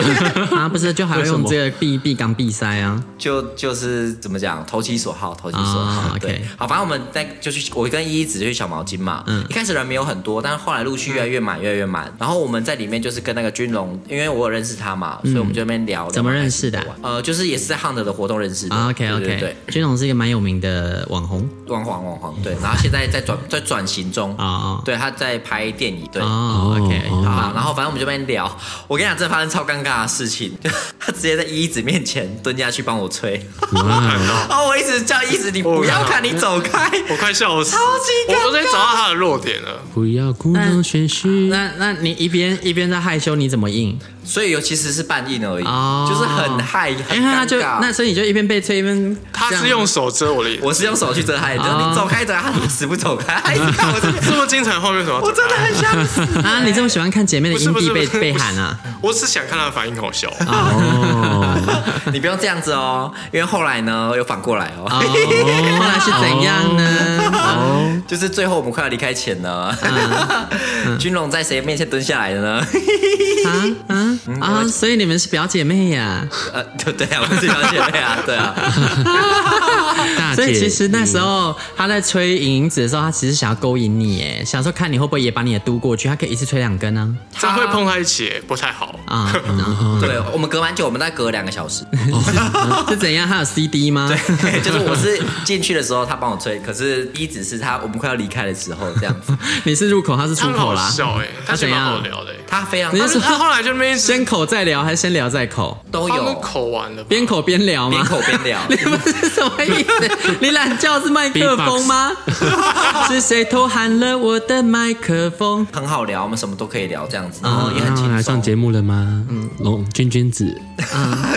[SPEAKER 1] 啊，不是，就还要用这个避避肛避塞啊。
[SPEAKER 2] 就就是怎么讲，投其所好，投其所好。
[SPEAKER 1] 啊
[SPEAKER 2] 对
[SPEAKER 1] OK，
[SPEAKER 2] 好，反正我们在就去，我跟依依只去小毛巾嘛。嗯，一开始人没有很多，但是后来陆续越来越满，越来越满。然后我们在里面就是跟那个军龙，因为我有认识他嘛，所以我们就在那边聊。
[SPEAKER 1] 嗯怎么
[SPEAKER 2] 聊蛮
[SPEAKER 1] 认识的
[SPEAKER 2] 开心玩呃，就是也是在 Hunt 的活动认识的。
[SPEAKER 1] 啊 OK
[SPEAKER 2] 对对对
[SPEAKER 1] OK，，君龙是一个蛮有名的网红
[SPEAKER 2] 对网黄网黄对，然后现在在转在转型中
[SPEAKER 1] 啊。哦
[SPEAKER 2] 对，他在拍电影，对。
[SPEAKER 1] 哦，OK，
[SPEAKER 3] 哦
[SPEAKER 1] 好
[SPEAKER 2] 啊，然后反正我们就在那边聊，我跟你讲，这发生超尴尬的事情， 就他直接在依依子面前蹲下去帮我吹，
[SPEAKER 3] 哇，
[SPEAKER 2] 然后哦我一直叫依子，你不要看，你走开，
[SPEAKER 4] 我快笑死，
[SPEAKER 2] 超级尴尬
[SPEAKER 4] 我都在找到他的弱点了。
[SPEAKER 3] 不要故弄玄虚。
[SPEAKER 1] 那那你一边一边在害羞，你怎么应？
[SPEAKER 2] 所以尤其实是半硬而已，
[SPEAKER 1] 哦
[SPEAKER 2] 就是很害，
[SPEAKER 1] 哎，
[SPEAKER 2] 很
[SPEAKER 1] 那
[SPEAKER 2] 尴
[SPEAKER 1] 就
[SPEAKER 2] 尬。
[SPEAKER 1] 那所以你就一边被吹一边
[SPEAKER 4] 他
[SPEAKER 1] 这样
[SPEAKER 4] 是用手遮我的眼，
[SPEAKER 2] 我是用手去遮害的，
[SPEAKER 1] 哦
[SPEAKER 2] 你走开，走开，他死不走 开。哎你看我真的，
[SPEAKER 4] 这么精彩的画面，什么？
[SPEAKER 2] 我真的很想 死。
[SPEAKER 1] 啊，你这么喜欢看姐妹的
[SPEAKER 4] 不是
[SPEAKER 1] 阴
[SPEAKER 4] 不
[SPEAKER 1] 蒂
[SPEAKER 4] 是
[SPEAKER 1] 被
[SPEAKER 4] 不是
[SPEAKER 1] 被喊 啊？
[SPEAKER 4] 我只想看他的反应，好笑。
[SPEAKER 3] 哦，
[SPEAKER 2] 你不用这样子哦，因为后来呢，又反过来哦，
[SPEAKER 1] 哦，后来是怎样呢？
[SPEAKER 2] 就是最后我们快要离开前呢，嗯 军龙在谁面前蹲下来的呢？
[SPEAKER 1] 啊 啊啊！所以你们是表姐妹呀、
[SPEAKER 2] 呃，对对啊，我们是表姐妹啊，对啊，
[SPEAKER 3] 大
[SPEAKER 1] 所
[SPEAKER 3] 姐，
[SPEAKER 1] 以其实那时候他在吹影影子的时候，他其实想要勾引你，耶，想说看你会不会也把你的嘟过去，他可以一次吹两根啊
[SPEAKER 4] 这样会碰在一起不太好。
[SPEAKER 1] 啊！
[SPEAKER 2] 对，我们隔蛮久，我们大概隔两个小 时，
[SPEAKER 1] 是怎样？他有 CD 吗？
[SPEAKER 2] 就是我是进去的时候他帮我吹，可是一直是他我们快要离开的时候这样子，
[SPEAKER 1] 你是入口，他是
[SPEAKER 4] 他
[SPEAKER 1] 出
[SPEAKER 4] 很
[SPEAKER 1] 口
[SPEAKER 4] 好
[SPEAKER 1] 啦。
[SPEAKER 4] 笑哎，他
[SPEAKER 1] 怎
[SPEAKER 4] 觉得蛮
[SPEAKER 1] 样
[SPEAKER 4] 好聊的欸。
[SPEAKER 2] 他非常
[SPEAKER 1] 你
[SPEAKER 4] 他
[SPEAKER 1] 是说
[SPEAKER 4] 他后来就那边一直
[SPEAKER 1] 先口再聊，还是先聊再口？
[SPEAKER 2] 都
[SPEAKER 4] 他
[SPEAKER 2] 有
[SPEAKER 4] 们口完了吧，
[SPEAKER 1] 边口边聊吗？
[SPEAKER 2] 边口边聊
[SPEAKER 1] 你们是什么意思？你懒觉是麦克风 吗？是谁偷喊了我的麦克风？
[SPEAKER 2] 很好聊，我们什么都可以聊，这样子，
[SPEAKER 1] 啊
[SPEAKER 2] 然后也很
[SPEAKER 3] 那来
[SPEAKER 2] 轻
[SPEAKER 3] 上
[SPEAKER 2] 松。
[SPEAKER 3] 节目了吗？嗯，龙君君子，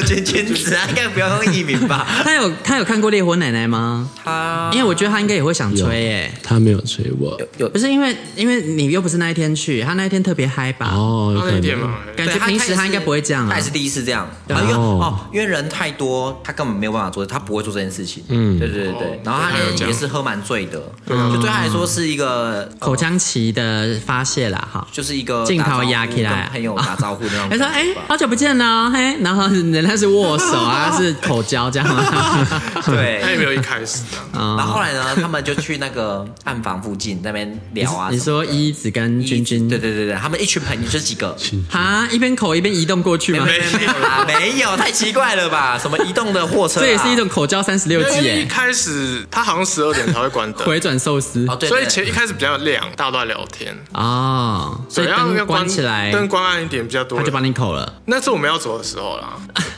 [SPEAKER 2] 娟娟子啊，应该不要用艺 名吧？
[SPEAKER 1] 他有他有看过《烈火奶奶》吗？
[SPEAKER 2] 他
[SPEAKER 1] 因为我觉得他应该也会想吹耶、
[SPEAKER 3] 他没有催我。
[SPEAKER 2] 有
[SPEAKER 1] 不是因为因为你又不是那一天去，他那一天特别嗨吧？
[SPEAKER 3] 哦，有
[SPEAKER 4] 他那
[SPEAKER 3] 可
[SPEAKER 4] 一天
[SPEAKER 3] 能。
[SPEAKER 4] 嘛，
[SPEAKER 1] 感觉
[SPEAKER 2] 对
[SPEAKER 1] 平时他
[SPEAKER 2] 也
[SPEAKER 1] 应该
[SPEAKER 2] 是
[SPEAKER 1] 不会这样
[SPEAKER 2] 他
[SPEAKER 1] 啊
[SPEAKER 2] 也。是第一次这样。然后因为哦，因为人太多，他根本没有办法做，他不会做这件事情。嗯，对对对对。然后他
[SPEAKER 4] 对他有
[SPEAKER 2] 也
[SPEAKER 4] 讲
[SPEAKER 2] 也是喝蛮醉的，就对来说是一个呃
[SPEAKER 1] 口，腔期的发泄啦，哈。
[SPEAKER 2] 就是一个
[SPEAKER 1] 镜头压
[SPEAKER 2] 打招呼
[SPEAKER 1] 起来，
[SPEAKER 2] 跟朋友打招呼 那种
[SPEAKER 1] 他说：“
[SPEAKER 2] 感
[SPEAKER 1] 哎、
[SPEAKER 2] 觉吧
[SPEAKER 1] 好久不见了，嘿。”然后人家是握手啊，是口交这样啊吗？
[SPEAKER 4] 欸他 也
[SPEAKER 2] 对。
[SPEAKER 4] 没有一开始啊这样。
[SPEAKER 1] 啊哦
[SPEAKER 2] 然后后来呢，他们就去那个暗房附近那边聊啊。
[SPEAKER 1] 你说一子跟
[SPEAKER 2] 一
[SPEAKER 1] 君君
[SPEAKER 2] 对对对对，他们一群朋友就几个，
[SPEAKER 1] 啊，一边口一边移动过去
[SPEAKER 2] 没
[SPEAKER 1] 吗？
[SPEAKER 2] 没没有啦，没有，太奇怪了吧？什么移动的货车啊？
[SPEAKER 1] 这也是一种口交三十六
[SPEAKER 4] 因
[SPEAKER 1] 计
[SPEAKER 4] 为一
[SPEAKER 1] 耶，
[SPEAKER 4] 开始他好像十二点才会关灯，
[SPEAKER 1] 欸回转寿司
[SPEAKER 2] 哦，对，
[SPEAKER 4] 所以
[SPEAKER 2] 对
[SPEAKER 4] 前一开始比较亮，大家都在聊天，
[SPEAKER 1] 哦，所以
[SPEAKER 4] 然后要
[SPEAKER 1] 灯关起来，
[SPEAKER 4] 灯关暗一点比较多
[SPEAKER 1] 他就
[SPEAKER 4] 人。
[SPEAKER 1] 帮你口了。
[SPEAKER 4] 那是我们要走的时候啦，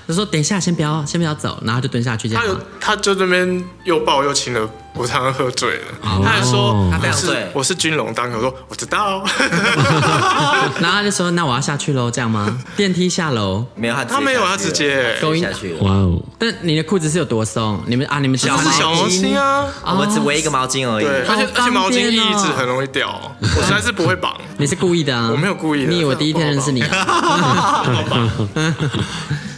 [SPEAKER 1] 就说等一下，先不要，先不要走，然后就蹲下去这
[SPEAKER 4] 他
[SPEAKER 1] 样
[SPEAKER 4] 有
[SPEAKER 1] 吗。
[SPEAKER 4] 他就那边又抱又亲了，我常常喝醉了，他还说
[SPEAKER 2] 他非
[SPEAKER 4] 我
[SPEAKER 2] 常
[SPEAKER 4] 是
[SPEAKER 2] 醉
[SPEAKER 4] 我是军容当，我说我知道，
[SPEAKER 1] 然后他就说：“那我要下去喽，这样吗？电梯下楼。
[SPEAKER 2] 没有他直接
[SPEAKER 4] 他没有，
[SPEAKER 2] 下
[SPEAKER 4] 他
[SPEAKER 2] 去
[SPEAKER 4] 直
[SPEAKER 2] 了
[SPEAKER 4] 接
[SPEAKER 1] 勾引
[SPEAKER 2] 下去了。
[SPEAKER 3] 哇哦，”
[SPEAKER 1] 但你的裤子是有多松？你们啊，你们只
[SPEAKER 2] 小
[SPEAKER 1] 穿
[SPEAKER 4] 是小毛巾啊，
[SPEAKER 2] 我们只围一个毛巾而已。
[SPEAKER 4] 对，而且而且毛
[SPEAKER 1] 方便
[SPEAKER 4] 巾
[SPEAKER 1] 哦
[SPEAKER 4] 一直很容易掉，我实在是不会绑，
[SPEAKER 1] 你是故意的啊？
[SPEAKER 4] 我没有故意的
[SPEAKER 1] 你以为我第一天认识你啊？
[SPEAKER 4] 好 绑，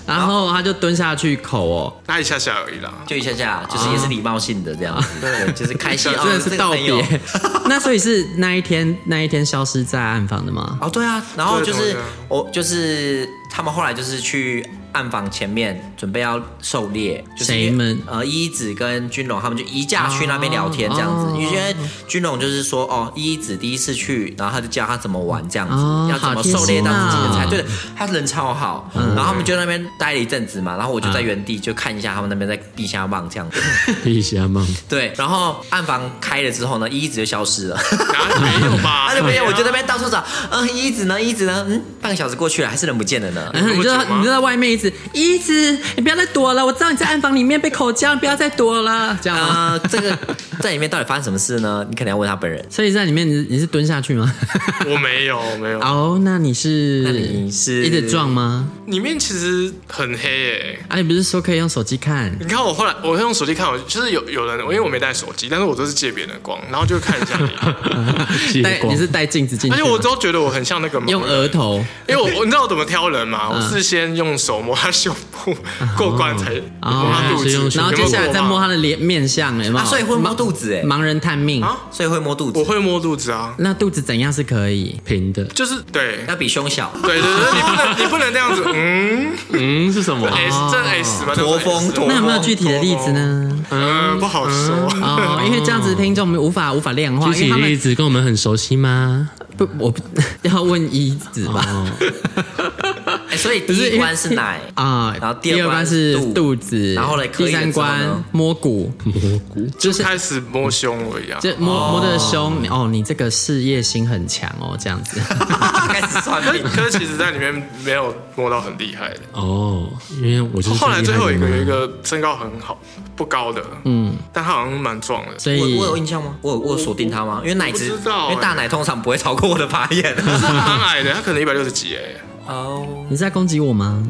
[SPEAKER 1] 然后他就蹲下去口哦，
[SPEAKER 4] 那一下下而已啦。
[SPEAKER 2] 就一下下，就是也是礼貌性的这样子，对，就是开心，
[SPEAKER 1] 真的
[SPEAKER 2] 哦这
[SPEAKER 1] 是
[SPEAKER 2] 个
[SPEAKER 1] 道
[SPEAKER 2] 朋友
[SPEAKER 1] 别。 那所以是那一天那一天消失在暗房的吗？
[SPEAKER 2] 哦，对啊，然后就
[SPEAKER 4] 对
[SPEAKER 2] 是
[SPEAKER 4] 对对
[SPEAKER 2] 我就是他们后来就是去暗房前面准备要狩猎，就是
[SPEAKER 1] 谁们
[SPEAKER 2] 呃一子跟君龙他们就移驾去那边聊天这样子，
[SPEAKER 1] 哦
[SPEAKER 2] 因为君龙就是说哦一子第一次去，然后他就教他怎么玩这样子，
[SPEAKER 1] 哦
[SPEAKER 2] 要怎么
[SPEAKER 1] 好贴
[SPEAKER 2] 狩猎
[SPEAKER 1] 心
[SPEAKER 2] 到自己的
[SPEAKER 1] 啊嗯
[SPEAKER 2] 菜，对，他人超好，然后他们就在那边待了一阵子嘛，然后我就在原地就看一下他们那边在地下棒这样子，
[SPEAKER 3] 一起阿梦，
[SPEAKER 2] 对，然后暗房开了之后呢，一子就消失了。
[SPEAKER 4] 哪没有 吧？
[SPEAKER 2] 啊，那边我就在那边到处找，嗯，一直呢，一直呢，嗯，半个小时过去了，还是人不见了呢。
[SPEAKER 1] 然后 你就
[SPEAKER 4] 有那么久吗
[SPEAKER 1] 你就在外面一直一直，你不要再躲了，我知道你在暗房里面被口交，你不要再躲了，这样吗？
[SPEAKER 2] 啊、这个在里面到底发生什么事呢？你可能要问他本人。
[SPEAKER 1] 所以在里面你你是蹲下去 吗？
[SPEAKER 4] 我没有，我没有。
[SPEAKER 1] 哦，那你是
[SPEAKER 2] 那你是
[SPEAKER 1] 一直撞吗？
[SPEAKER 4] 里面其实很黑诶、
[SPEAKER 1] 啊，你不是说可以用手机看？
[SPEAKER 4] 你看我后来，我用手机看，我就是有有人，因为我没带手机，但是我都是借别人的光，然后就看一下你。
[SPEAKER 3] 借
[SPEAKER 1] 带
[SPEAKER 3] 光
[SPEAKER 1] 你是带镜子进
[SPEAKER 4] 而
[SPEAKER 1] 去
[SPEAKER 4] 且
[SPEAKER 1] 吗？
[SPEAKER 4] 哎我都觉得我很像那个
[SPEAKER 1] 用
[SPEAKER 4] 盲人，
[SPEAKER 1] 额头
[SPEAKER 4] 因为我我你知道我怎么挑人吗？我是先用手摸他胸部过关才
[SPEAKER 2] 哦
[SPEAKER 4] 摸
[SPEAKER 1] 哦
[SPEAKER 4] 他肚
[SPEAKER 3] 原来是用
[SPEAKER 4] 子，
[SPEAKER 3] 手
[SPEAKER 1] 然后接下来再摸
[SPEAKER 4] 他。
[SPEAKER 1] 他的脸面相，有没有？
[SPEAKER 2] 啊，所以会摸肚子哎、
[SPEAKER 1] 盲人探命，
[SPEAKER 4] 啊
[SPEAKER 2] 所以会摸肚
[SPEAKER 4] 我
[SPEAKER 2] 子，
[SPEAKER 4] 会摸肚子啊，
[SPEAKER 1] 那肚子怎样是可以？
[SPEAKER 3] 平的，
[SPEAKER 4] 就是对。
[SPEAKER 2] 要比胸小。
[SPEAKER 4] 对对对，你不能你不能这样子，嗯
[SPEAKER 3] 嗯，是什么？
[SPEAKER 4] ，S 这 S 吗？这是
[SPEAKER 2] 驼峰
[SPEAKER 4] S
[SPEAKER 2] 驼
[SPEAKER 4] 吗
[SPEAKER 1] 那有没有具体的例子呢？
[SPEAKER 4] 嗯，不好说。
[SPEAKER 1] 哦，因为这样子听众我们无法无法量化，
[SPEAKER 3] 具
[SPEAKER 1] 哦因为
[SPEAKER 3] 体
[SPEAKER 1] 他
[SPEAKER 3] 例
[SPEAKER 1] 们
[SPEAKER 3] 子跟我们很熟悉吗？哦
[SPEAKER 1] 不，我不 要问一子吧。
[SPEAKER 2] 哎、所以第
[SPEAKER 1] 不是因
[SPEAKER 2] 一
[SPEAKER 1] 为
[SPEAKER 2] 关是奶
[SPEAKER 1] 啊，
[SPEAKER 2] 哦然后
[SPEAKER 1] 第
[SPEAKER 2] 二关
[SPEAKER 1] 是肚子，
[SPEAKER 2] 然后嘞，可以
[SPEAKER 1] 第三
[SPEAKER 2] 了之后呢
[SPEAKER 1] 关摸骨，
[SPEAKER 4] 就是开始摸胸而已啊。
[SPEAKER 1] 就摸摸的胸，哦，你这个事业心很强哦，这样 子。
[SPEAKER 2] 开始算
[SPEAKER 4] 可
[SPEAKER 2] 命。
[SPEAKER 4] 可是其实在里面没有摸到很厉害的。
[SPEAKER 3] 哦，因为我就是
[SPEAKER 4] 后来最后一个有一
[SPEAKER 3] 个
[SPEAKER 4] 个身高很好，不高的，嗯，但他好像蛮壮的。
[SPEAKER 1] 所
[SPEAKER 2] 我
[SPEAKER 1] 以
[SPEAKER 2] 我有印象吗？我有我有锁定他吗？因为奶子，
[SPEAKER 4] 我不知道哎
[SPEAKER 2] 因为大奶通常不会超过我的法眼。
[SPEAKER 4] 他蛮矮的，他可能一百六十几哎，
[SPEAKER 2] 哦，
[SPEAKER 1] 你是在攻击我吗？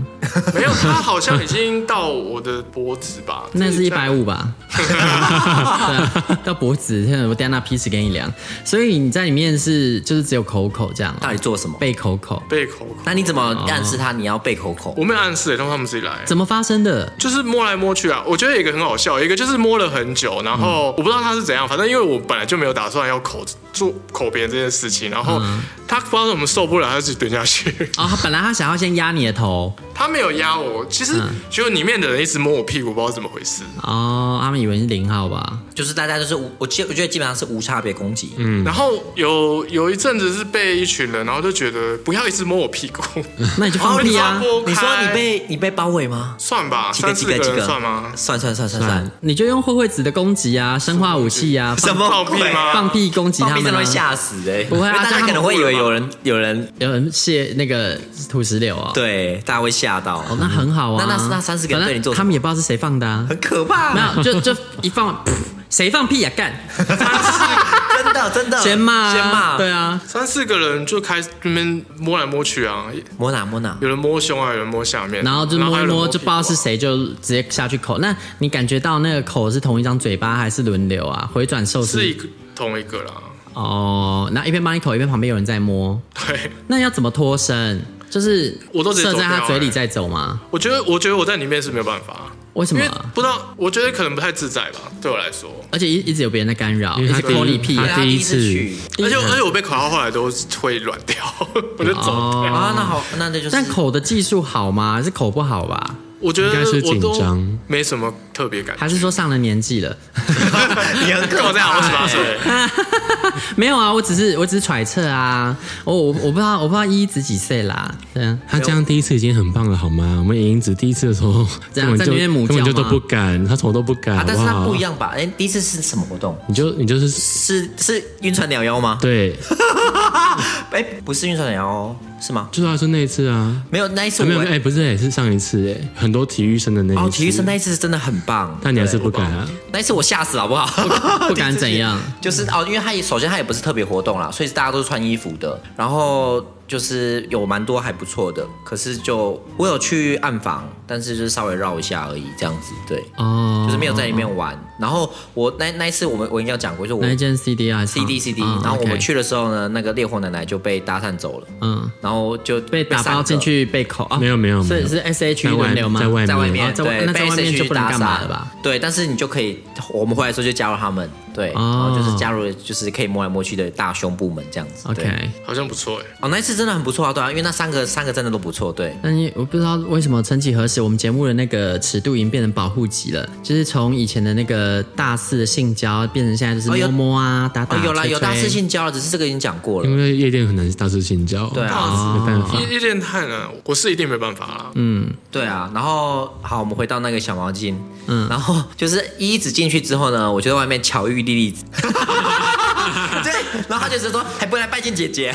[SPEAKER 4] 没有，他好像已经到我的脖子吧？
[SPEAKER 1] 那是一百
[SPEAKER 4] 五，
[SPEAKER 1] 五吧， 对啊到脖子，现在我等一下拿皮尺给你量。所以你在里面是就是只有口口这样哦，
[SPEAKER 2] 到底做什么？
[SPEAKER 1] 被口口
[SPEAKER 4] 被口口。
[SPEAKER 2] 那你怎么暗示他你要被口口？
[SPEAKER 4] 我没有暗示，让他们自己来。
[SPEAKER 1] 怎么发生的？
[SPEAKER 4] 就是摸来摸去啊，我觉得有一个很好笑，一个就是摸了很久，然后我不知道他是怎样，反正因为我本来就没有打算要口做口别人这件事情，然后他不知道怎么受不了，他就自己蹲下去，
[SPEAKER 1] 哦，他本来他想要先压你的头，
[SPEAKER 4] 他没有压我，其实就里面的人一直摸我屁股，不知道怎么回事，
[SPEAKER 1] 哦，他们以为是零号吧？
[SPEAKER 2] 就是大家就是无，我记我觉得基本上是无差别攻击。
[SPEAKER 4] 然后有有一阵子是被一群人，然后就觉得不要一直摸我屁股，
[SPEAKER 1] 那你就放屁啊！
[SPEAKER 4] 拨
[SPEAKER 2] 哦
[SPEAKER 4] 开
[SPEAKER 2] 你说你被你被包围吗？
[SPEAKER 4] 算吧，
[SPEAKER 2] 几个
[SPEAKER 4] 三
[SPEAKER 2] 几
[SPEAKER 4] 四
[SPEAKER 2] 个几
[SPEAKER 4] 人
[SPEAKER 2] 个
[SPEAKER 4] 算吗？
[SPEAKER 2] 算算算算算，
[SPEAKER 1] 你就用慧慧子的攻击啊，生化武器啊，
[SPEAKER 2] 什
[SPEAKER 1] 放
[SPEAKER 2] 么
[SPEAKER 4] 放屁
[SPEAKER 2] 鬼
[SPEAKER 4] 吗
[SPEAKER 1] 放屁攻击
[SPEAKER 2] 放
[SPEAKER 1] 他
[SPEAKER 2] 屁真
[SPEAKER 1] 们
[SPEAKER 2] 的会
[SPEAKER 1] 啊！
[SPEAKER 2] 吓死哎！
[SPEAKER 1] 不会啊
[SPEAKER 2] 因为大
[SPEAKER 1] 这
[SPEAKER 2] 家
[SPEAKER 1] 样
[SPEAKER 2] 可能会以为有人有人
[SPEAKER 1] 有人卸呃那个土石榴哦，
[SPEAKER 2] 对，大家会吓到，
[SPEAKER 1] 哦，那很好啊。
[SPEAKER 2] 那那那30个人对你做什么
[SPEAKER 1] 他们也不知道是谁放的啊，
[SPEAKER 2] 很可怕，
[SPEAKER 1] 没有就就一 放，噗谁放屁呀？啊干，
[SPEAKER 2] 真的真的
[SPEAKER 1] 先骂啊
[SPEAKER 2] 先骂，
[SPEAKER 1] 对，啊，
[SPEAKER 4] 三四个人就开始那边摸来摸去啊，
[SPEAKER 2] 摸哪摸哪，
[SPEAKER 4] 有人摸胸啊，有人摸下面，
[SPEAKER 1] 然后就摸
[SPEAKER 4] 还
[SPEAKER 1] 一
[SPEAKER 4] 有人
[SPEAKER 1] 摸，就不
[SPEAKER 4] 屁股
[SPEAKER 1] 知道
[SPEAKER 4] 啊
[SPEAKER 1] 是谁，就直接下去口。那你感觉到那个口是同一张嘴巴还是轮流啊？回转寿司
[SPEAKER 4] 是一个同一个啦，
[SPEAKER 1] 哦，那一边帮你口，一边旁边有人在摸，
[SPEAKER 4] 对。
[SPEAKER 1] 那要怎么脱身？就是
[SPEAKER 4] 我都直接
[SPEAKER 1] 射
[SPEAKER 4] 走
[SPEAKER 1] 在
[SPEAKER 4] 掉
[SPEAKER 1] 他嘴里
[SPEAKER 4] 欸
[SPEAKER 1] 再走吗？
[SPEAKER 4] 我觉得，我觉得我在里面是没有办法，
[SPEAKER 1] 为什
[SPEAKER 4] 因
[SPEAKER 1] 么
[SPEAKER 4] 为？不知道，我觉得可能不太自在吧，对我来说。
[SPEAKER 1] 而且一一直有别人在干扰，
[SPEAKER 3] 因
[SPEAKER 1] 一
[SPEAKER 3] 为
[SPEAKER 1] 直
[SPEAKER 3] 他
[SPEAKER 1] 抠
[SPEAKER 3] 第
[SPEAKER 1] 你
[SPEAKER 3] 一
[SPEAKER 1] 屁眼
[SPEAKER 2] 他
[SPEAKER 3] 他第
[SPEAKER 2] 啊第
[SPEAKER 3] 一
[SPEAKER 2] 一次
[SPEAKER 3] 次
[SPEAKER 2] 去
[SPEAKER 4] 而且我而且我被口号后来都会软掉， 我就走。
[SPEAKER 1] 哦。
[SPEAKER 2] 啊，那好，那那就是
[SPEAKER 1] 但口的技术好吗？还是口不好吧？
[SPEAKER 4] 我觉得
[SPEAKER 3] 应该是
[SPEAKER 4] 我
[SPEAKER 3] 紧
[SPEAKER 4] 都
[SPEAKER 3] 张
[SPEAKER 4] 没什么特别感觉。
[SPEAKER 1] 还是说上了年纪了？
[SPEAKER 2] 你很
[SPEAKER 4] 跟我这样，我十
[SPEAKER 1] 哎
[SPEAKER 4] 八
[SPEAKER 2] 哎
[SPEAKER 4] 岁，
[SPEAKER 1] 没有啊，我只是我只是揣测啊。我我我不知道我不知道依依子几岁啦。对啊，
[SPEAKER 3] 他这样第一次已经很棒了，好吗？我们莹莹子第一次的时候，
[SPEAKER 1] 怎
[SPEAKER 3] 根
[SPEAKER 1] 样
[SPEAKER 3] 本
[SPEAKER 1] 在
[SPEAKER 3] 就
[SPEAKER 1] 里面母
[SPEAKER 3] 根本就
[SPEAKER 1] 教
[SPEAKER 3] 都
[SPEAKER 1] 吗
[SPEAKER 3] 不敢，他什么都不敢，
[SPEAKER 2] 啊，但是
[SPEAKER 3] 好
[SPEAKER 2] 它
[SPEAKER 3] 好
[SPEAKER 2] 不一。样吧？哎，第一次是什么活动？
[SPEAKER 3] 你就你就是
[SPEAKER 2] 是是晕船鸟妖吗？
[SPEAKER 3] 对，
[SPEAKER 2] 哎，不是晕船鸟妖哦，是吗？
[SPEAKER 3] 就是他说那一次啊，
[SPEAKER 2] 没有，那一次
[SPEAKER 3] 啊没有
[SPEAKER 2] 我
[SPEAKER 3] 哎，不是哎，是上一次哎，很多体育生的那一次，
[SPEAKER 2] 哦，体育生那一次真的很棒，
[SPEAKER 3] 但你还是
[SPEAKER 2] 对
[SPEAKER 3] 不敢啊，
[SPEAKER 2] 那一次我吓死好不好？
[SPEAKER 1] 不 敢怎样。
[SPEAKER 2] 就是哦，因为他也首先他也不是特别活动啦，所以大家都是穿衣服的，然后就是有蛮多还不错的，可是就我有去暗访，但是就是稍微绕一下而已，这样子对，
[SPEAKER 1] 哦，
[SPEAKER 2] 就是没有在里面玩。然后我那那一次我们我应该有讲过，就是
[SPEAKER 1] 那一
[SPEAKER 2] 我
[SPEAKER 1] 件 CD 啊
[SPEAKER 2] CD CD，、
[SPEAKER 1] 嗯
[SPEAKER 2] 然后我们
[SPEAKER 1] OK
[SPEAKER 2] 去的时候呢，那个烈火奶奶就被搭讪走了，
[SPEAKER 1] 嗯。
[SPEAKER 2] 然后就
[SPEAKER 1] 被打
[SPEAKER 2] 散
[SPEAKER 1] 包
[SPEAKER 2] 了
[SPEAKER 1] 进。去被口啊？
[SPEAKER 3] 没有没有
[SPEAKER 1] 所
[SPEAKER 3] 没
[SPEAKER 1] 以
[SPEAKER 3] 有
[SPEAKER 1] 是 S H
[SPEAKER 3] 在外
[SPEAKER 1] 轮流吗？
[SPEAKER 3] 在外面
[SPEAKER 2] 在外
[SPEAKER 1] 哦
[SPEAKER 2] 面，
[SPEAKER 1] 在外
[SPEAKER 2] 对，
[SPEAKER 1] 那在
[SPEAKER 2] 被
[SPEAKER 1] 外面
[SPEAKER 2] SH
[SPEAKER 1] 就不能
[SPEAKER 2] 搭
[SPEAKER 1] 干嘛
[SPEAKER 2] 讪
[SPEAKER 1] 了吧？
[SPEAKER 2] 对，但是你就可以，我们回来的时候就加入他们，对，
[SPEAKER 1] 哦
[SPEAKER 2] 然后就是加入了就是可以摸来摸去的大胸部们这样子。对
[SPEAKER 1] OK，
[SPEAKER 4] 好像不错哎。
[SPEAKER 2] 哦，那一次真的很不错啊，对啊，因为那三个三个真的都不错，对。
[SPEAKER 1] 但是我不知道为什么，曾几何时，我们节目的那个尺度已经变成保护级了，就是从以前的那个大四的性交，变成现在就是
[SPEAKER 2] 哦
[SPEAKER 1] 摸
[SPEAKER 2] 有
[SPEAKER 1] 摸啊、打打、
[SPEAKER 2] 哦，有啦，
[SPEAKER 1] 吹嗯
[SPEAKER 2] 有大
[SPEAKER 1] 吹
[SPEAKER 2] 四性交了，只是这个已经讲过了
[SPEAKER 3] 因。为夜店很难大肆性交，
[SPEAKER 2] 对啊
[SPEAKER 3] 没办法。
[SPEAKER 4] 夜夜店探啊，我是一定没办法啦。
[SPEAKER 1] 嗯
[SPEAKER 2] 对啊，然后好，我们回到那个小毛巾，嗯，然后就是一子进去之后呢，我就在外面巧遇莉莉子， 对，然后他就是说还不来拜见 姐姐，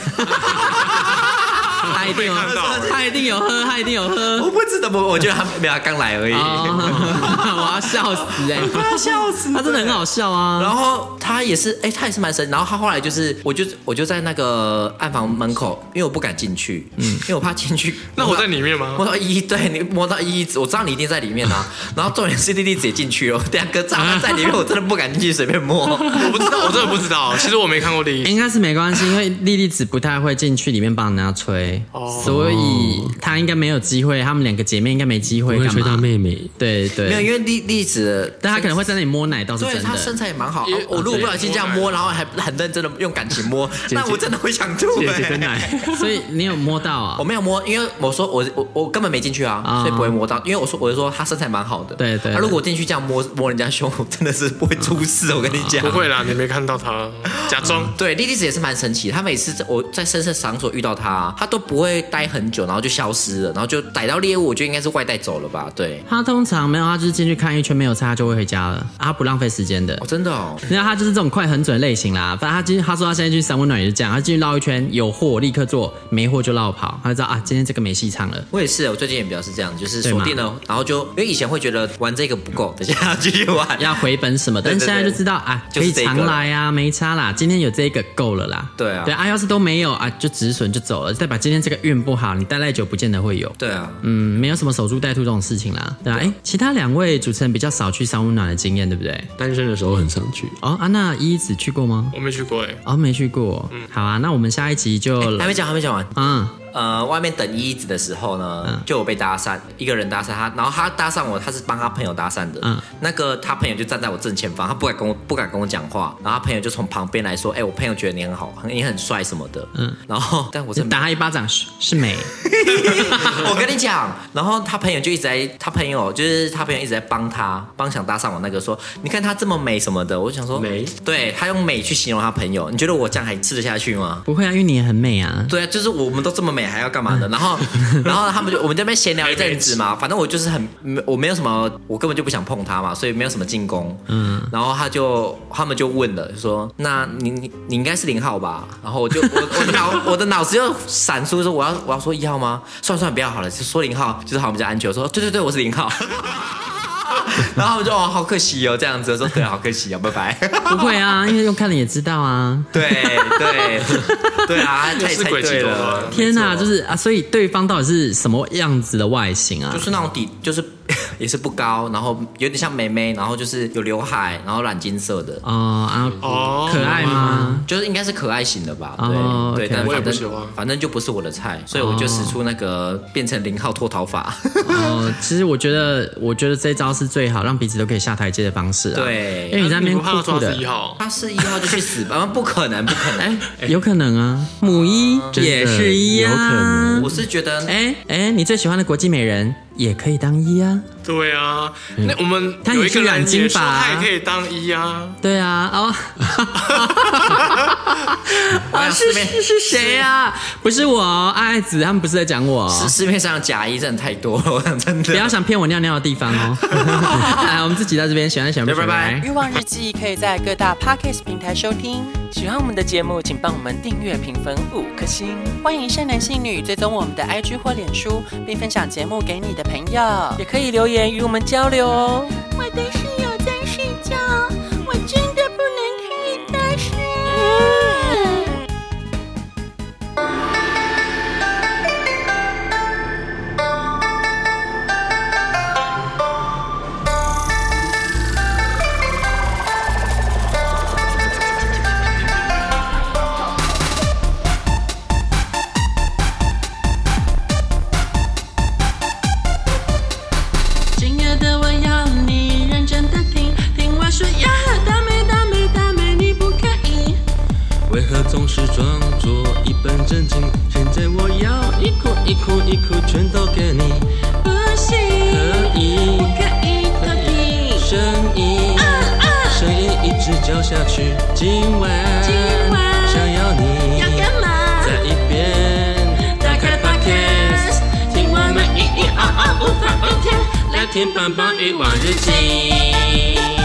[SPEAKER 1] 他一定有
[SPEAKER 4] 被看到，
[SPEAKER 1] 他一定有喝，他一定有喝。
[SPEAKER 2] 我不知道，我我觉得他没有他刚来而已。
[SPEAKER 1] 哦，我要笑 死哎、欸！我要笑死，他真的很好笑啊。
[SPEAKER 2] 然后他也是，哎、他也是蛮神。然后他后来就是，我就我就在那个暗房门口，因为我不敢进去，嗯，因为我怕进去。
[SPEAKER 4] 那我在里面吗
[SPEAKER 2] 摸到一，对你摸到一，我知道你一定在里面 啊。然后重点是弟弟姐进去哦，两个炸弹在里面，我真的不敢进去随 便摸。
[SPEAKER 4] 我不知道，我真的不知道。其实我没看过第一集，
[SPEAKER 1] 应该是没关系，因为莉莉子不太会进去里面帮人家吹，
[SPEAKER 2] 哦
[SPEAKER 1] 所以她应该没有机会，她们两个姐妹应该没机
[SPEAKER 3] 我
[SPEAKER 1] 会
[SPEAKER 3] 会
[SPEAKER 1] 干
[SPEAKER 3] 吹到
[SPEAKER 1] 嘛？
[SPEAKER 3] 妹妹，
[SPEAKER 1] 对
[SPEAKER 2] 没有，
[SPEAKER 1] 对，
[SPEAKER 2] 因为栗栗子，
[SPEAKER 1] 但她可能会在那哦里摸奶，倒是
[SPEAKER 2] 对
[SPEAKER 1] 真
[SPEAKER 2] 他身
[SPEAKER 1] 的。
[SPEAKER 2] 材也蛮好
[SPEAKER 4] 也。
[SPEAKER 2] 我如果不小心这样摸，
[SPEAKER 4] 对
[SPEAKER 2] 然后还很认真的用感情 摸，那我真的会想吐、
[SPEAKER 3] 姐姐
[SPEAKER 2] 哎
[SPEAKER 3] 的奶。
[SPEAKER 1] 所以你有摸到啊
[SPEAKER 2] 我？没有摸，因为我说我我我根本没进去啊，
[SPEAKER 1] 啊
[SPEAKER 2] 所以不会摸到。因为我说我就说他身材蛮好的，
[SPEAKER 1] 对对
[SPEAKER 2] 啊如果我进去这样摸摸人家胸，我真的是不会出事，我跟你讲。
[SPEAKER 4] 不会啦，你没看到他，假装。
[SPEAKER 2] 对，莉莉子也是蛮神奇，她每次在我在深色场所遇到她，她都不会待很久，然后就消失了，然后就逮到猎物，我觉得应该是外带走了吧？对，
[SPEAKER 1] 她通常没有，她就是进去看一圈没有菜，她就会回家了，啊她不浪费时间的
[SPEAKER 2] 哦，。真的哦，
[SPEAKER 1] 然后她就是这种快很准类型啦，反正她今她说她现在去三温暖也是这样，她进去绕一圈，有货立刻做，没货就绕跑，她就知道啊今天这个没戏唱了。
[SPEAKER 2] 我也是，我最近也比较是这样，就是
[SPEAKER 1] 对嘛
[SPEAKER 2] 锁定了，然后就因为以前会觉得玩这个不够，等一下要继续玩，
[SPEAKER 1] 要回本什么的，
[SPEAKER 2] 对
[SPEAKER 1] 但
[SPEAKER 2] 对
[SPEAKER 1] 现在就知道啊，可
[SPEAKER 2] 就是
[SPEAKER 1] 以
[SPEAKER 2] 这个
[SPEAKER 1] 常来啊，没差啦。今天有这个够了啦。
[SPEAKER 2] 对啊
[SPEAKER 1] 对啊，要是都没有啊，就止损就走了。代表今天这个运不好，你待太久不见得会有。
[SPEAKER 2] 对啊，
[SPEAKER 1] 嗯，没有什么守株待兔这种事情啦，对啊。哎，其他两位主持人比较少去三温暖的经验，对不对？
[SPEAKER 3] 单身的时候很常去，
[SPEAKER 1] 哦，安娜一子去过吗？
[SPEAKER 4] 我没去过哎，
[SPEAKER 1] 哦，没去过。
[SPEAKER 2] 嗯
[SPEAKER 1] 好啊，那我们下一集就
[SPEAKER 2] 还没讲，还没讲完，
[SPEAKER 1] 嗯，
[SPEAKER 2] 呃，外面等一子的时候呢，就有被搭讪，一个人搭讪他，然后他搭讪我，他是帮他朋友搭讪的，
[SPEAKER 1] 嗯
[SPEAKER 2] 那个他朋友就站在我正前方，他不敢跟我不敢跟我讲话，然后他朋友就从旁边来说，哎、我朋友觉得你很好，你很帅什么的，嗯，然后但我
[SPEAKER 1] 就
[SPEAKER 2] 真的
[SPEAKER 1] 打他一巴掌是是美，
[SPEAKER 2] 我跟你讲，然后他朋友就一直在，他朋友就是他朋友一直在帮他，帮想搭讪我那个说，你看他这么美什么的，我就想说
[SPEAKER 3] 美，
[SPEAKER 2] 对他用美去形容他朋友，你觉得我这样还吃得下去吗？
[SPEAKER 1] 不会啊，因为你也很美 啊。
[SPEAKER 2] 对啊，就是我们都这么美，还要干嘛呢？
[SPEAKER 4] 嗯
[SPEAKER 2] 然 后，然后他们就我们这边闲聊一阵子嘛，反正我就是很，我没有什么，我根本就不想碰他嘛，所以没有什么进攻。嗯，然后他就他们就问了，就说：“那你你你应该是零号吧？”然后我就我我的脑 我的脑子就闪出说：“我要我要说一号吗？算了算了，不要好了，就说零号，就是好我们家安全。”我说：“对对对，我是零号。” 然后他们就哦，好可惜哦，这样子我说对，好可惜哦，拜拜。
[SPEAKER 1] 不会啊，因为用看了也知道啊。
[SPEAKER 2] 对对对啊，他也
[SPEAKER 4] 是
[SPEAKER 2] 猜
[SPEAKER 4] 鬼
[SPEAKER 2] 对
[SPEAKER 4] 计谋
[SPEAKER 2] 了
[SPEAKER 4] 啊。
[SPEAKER 1] 天
[SPEAKER 2] 哪，
[SPEAKER 1] 哪，就是啊，所以对方到底是什么样子的外形啊？
[SPEAKER 2] 就是那种底，就是 也是不高，然后有点像妹妹，然后就是有刘海，然后染金色的，
[SPEAKER 1] 哦啊，
[SPEAKER 4] 哦
[SPEAKER 1] 可爱吗？
[SPEAKER 2] 就是应该是可爱型的吧？
[SPEAKER 1] 哦
[SPEAKER 2] 对
[SPEAKER 1] OK
[SPEAKER 2] 对，但
[SPEAKER 4] 我也
[SPEAKER 2] 反
[SPEAKER 4] 不喜欢
[SPEAKER 2] 正反正就不是我的菜，所以我就使出那个变成零号脱逃法。
[SPEAKER 1] 哦，其实我觉得，我觉得这招是最好让彼此都可以下台阶的方式啊。
[SPEAKER 2] 对
[SPEAKER 1] 因为你在那边
[SPEAKER 4] 你不怕
[SPEAKER 1] 酷
[SPEAKER 4] 他
[SPEAKER 1] 酷
[SPEAKER 4] 抓
[SPEAKER 1] 的
[SPEAKER 4] 是一，号？
[SPEAKER 2] 他是一号就去死吧？不可能，不可能！
[SPEAKER 1] 有可能啊，母一
[SPEAKER 3] 真的
[SPEAKER 1] 也是一
[SPEAKER 3] 有可
[SPEAKER 1] 啊
[SPEAKER 3] 能。
[SPEAKER 2] 我是觉得
[SPEAKER 1] 哎哎，你最喜欢的国际美人也可以当一啊。
[SPEAKER 4] 对啊，那我们
[SPEAKER 1] 嗯他
[SPEAKER 4] 有
[SPEAKER 1] 也
[SPEAKER 4] 一
[SPEAKER 1] 是
[SPEAKER 4] 个
[SPEAKER 1] 染
[SPEAKER 4] 人
[SPEAKER 1] 金
[SPEAKER 4] 也说
[SPEAKER 1] 发啊
[SPEAKER 4] 他也可以当一啊，
[SPEAKER 1] 对啊，哦，啊是是是谁啊？不是我哦，爱爱子他们不是在讲我哦，
[SPEAKER 2] 市市面上的假医真的太多了，我讲真的。
[SPEAKER 1] 不要想骗我尿尿的地方 哦。来，我们自己到这边喜欢想不喜欢？
[SPEAKER 2] 拜
[SPEAKER 5] 欲望日记可以在各大 podcast 平台收听。喜欢我们的节目，请帮我们订阅、评分五颗星。欢迎善男信女追踪我们的 IG 或脸书，并分享节目给你的朋友，也可以留言与我们交流哦。
[SPEAKER 6] 我的室友在睡觉，我真的不能开大声。
[SPEAKER 5] 今夜的我要你认真的听，听我说呀，大美大美大美，你不可以。
[SPEAKER 3] 为何总是装作一本正经？现在我要一哭一哭一哭，全都给你。
[SPEAKER 5] 不行，嗯
[SPEAKER 3] 可以
[SPEAKER 5] 不可以，到底
[SPEAKER 3] 声音，声音一直叫下去。今晚，
[SPEAKER 5] 今晚
[SPEAKER 3] 想要你
[SPEAKER 5] 要干嘛？
[SPEAKER 3] 在一边
[SPEAKER 5] 打开 podcast，听我们咿咿啊啊无法无天，来
[SPEAKER 3] 来
[SPEAKER 5] 听
[SPEAKER 3] 听
[SPEAKER 5] 棒
[SPEAKER 3] 棒
[SPEAKER 5] 棒
[SPEAKER 3] 棒
[SPEAKER 5] 欲
[SPEAKER 3] 欲
[SPEAKER 5] 望
[SPEAKER 3] 望
[SPEAKER 5] 日
[SPEAKER 3] 日
[SPEAKER 5] 记。
[SPEAKER 3] 记。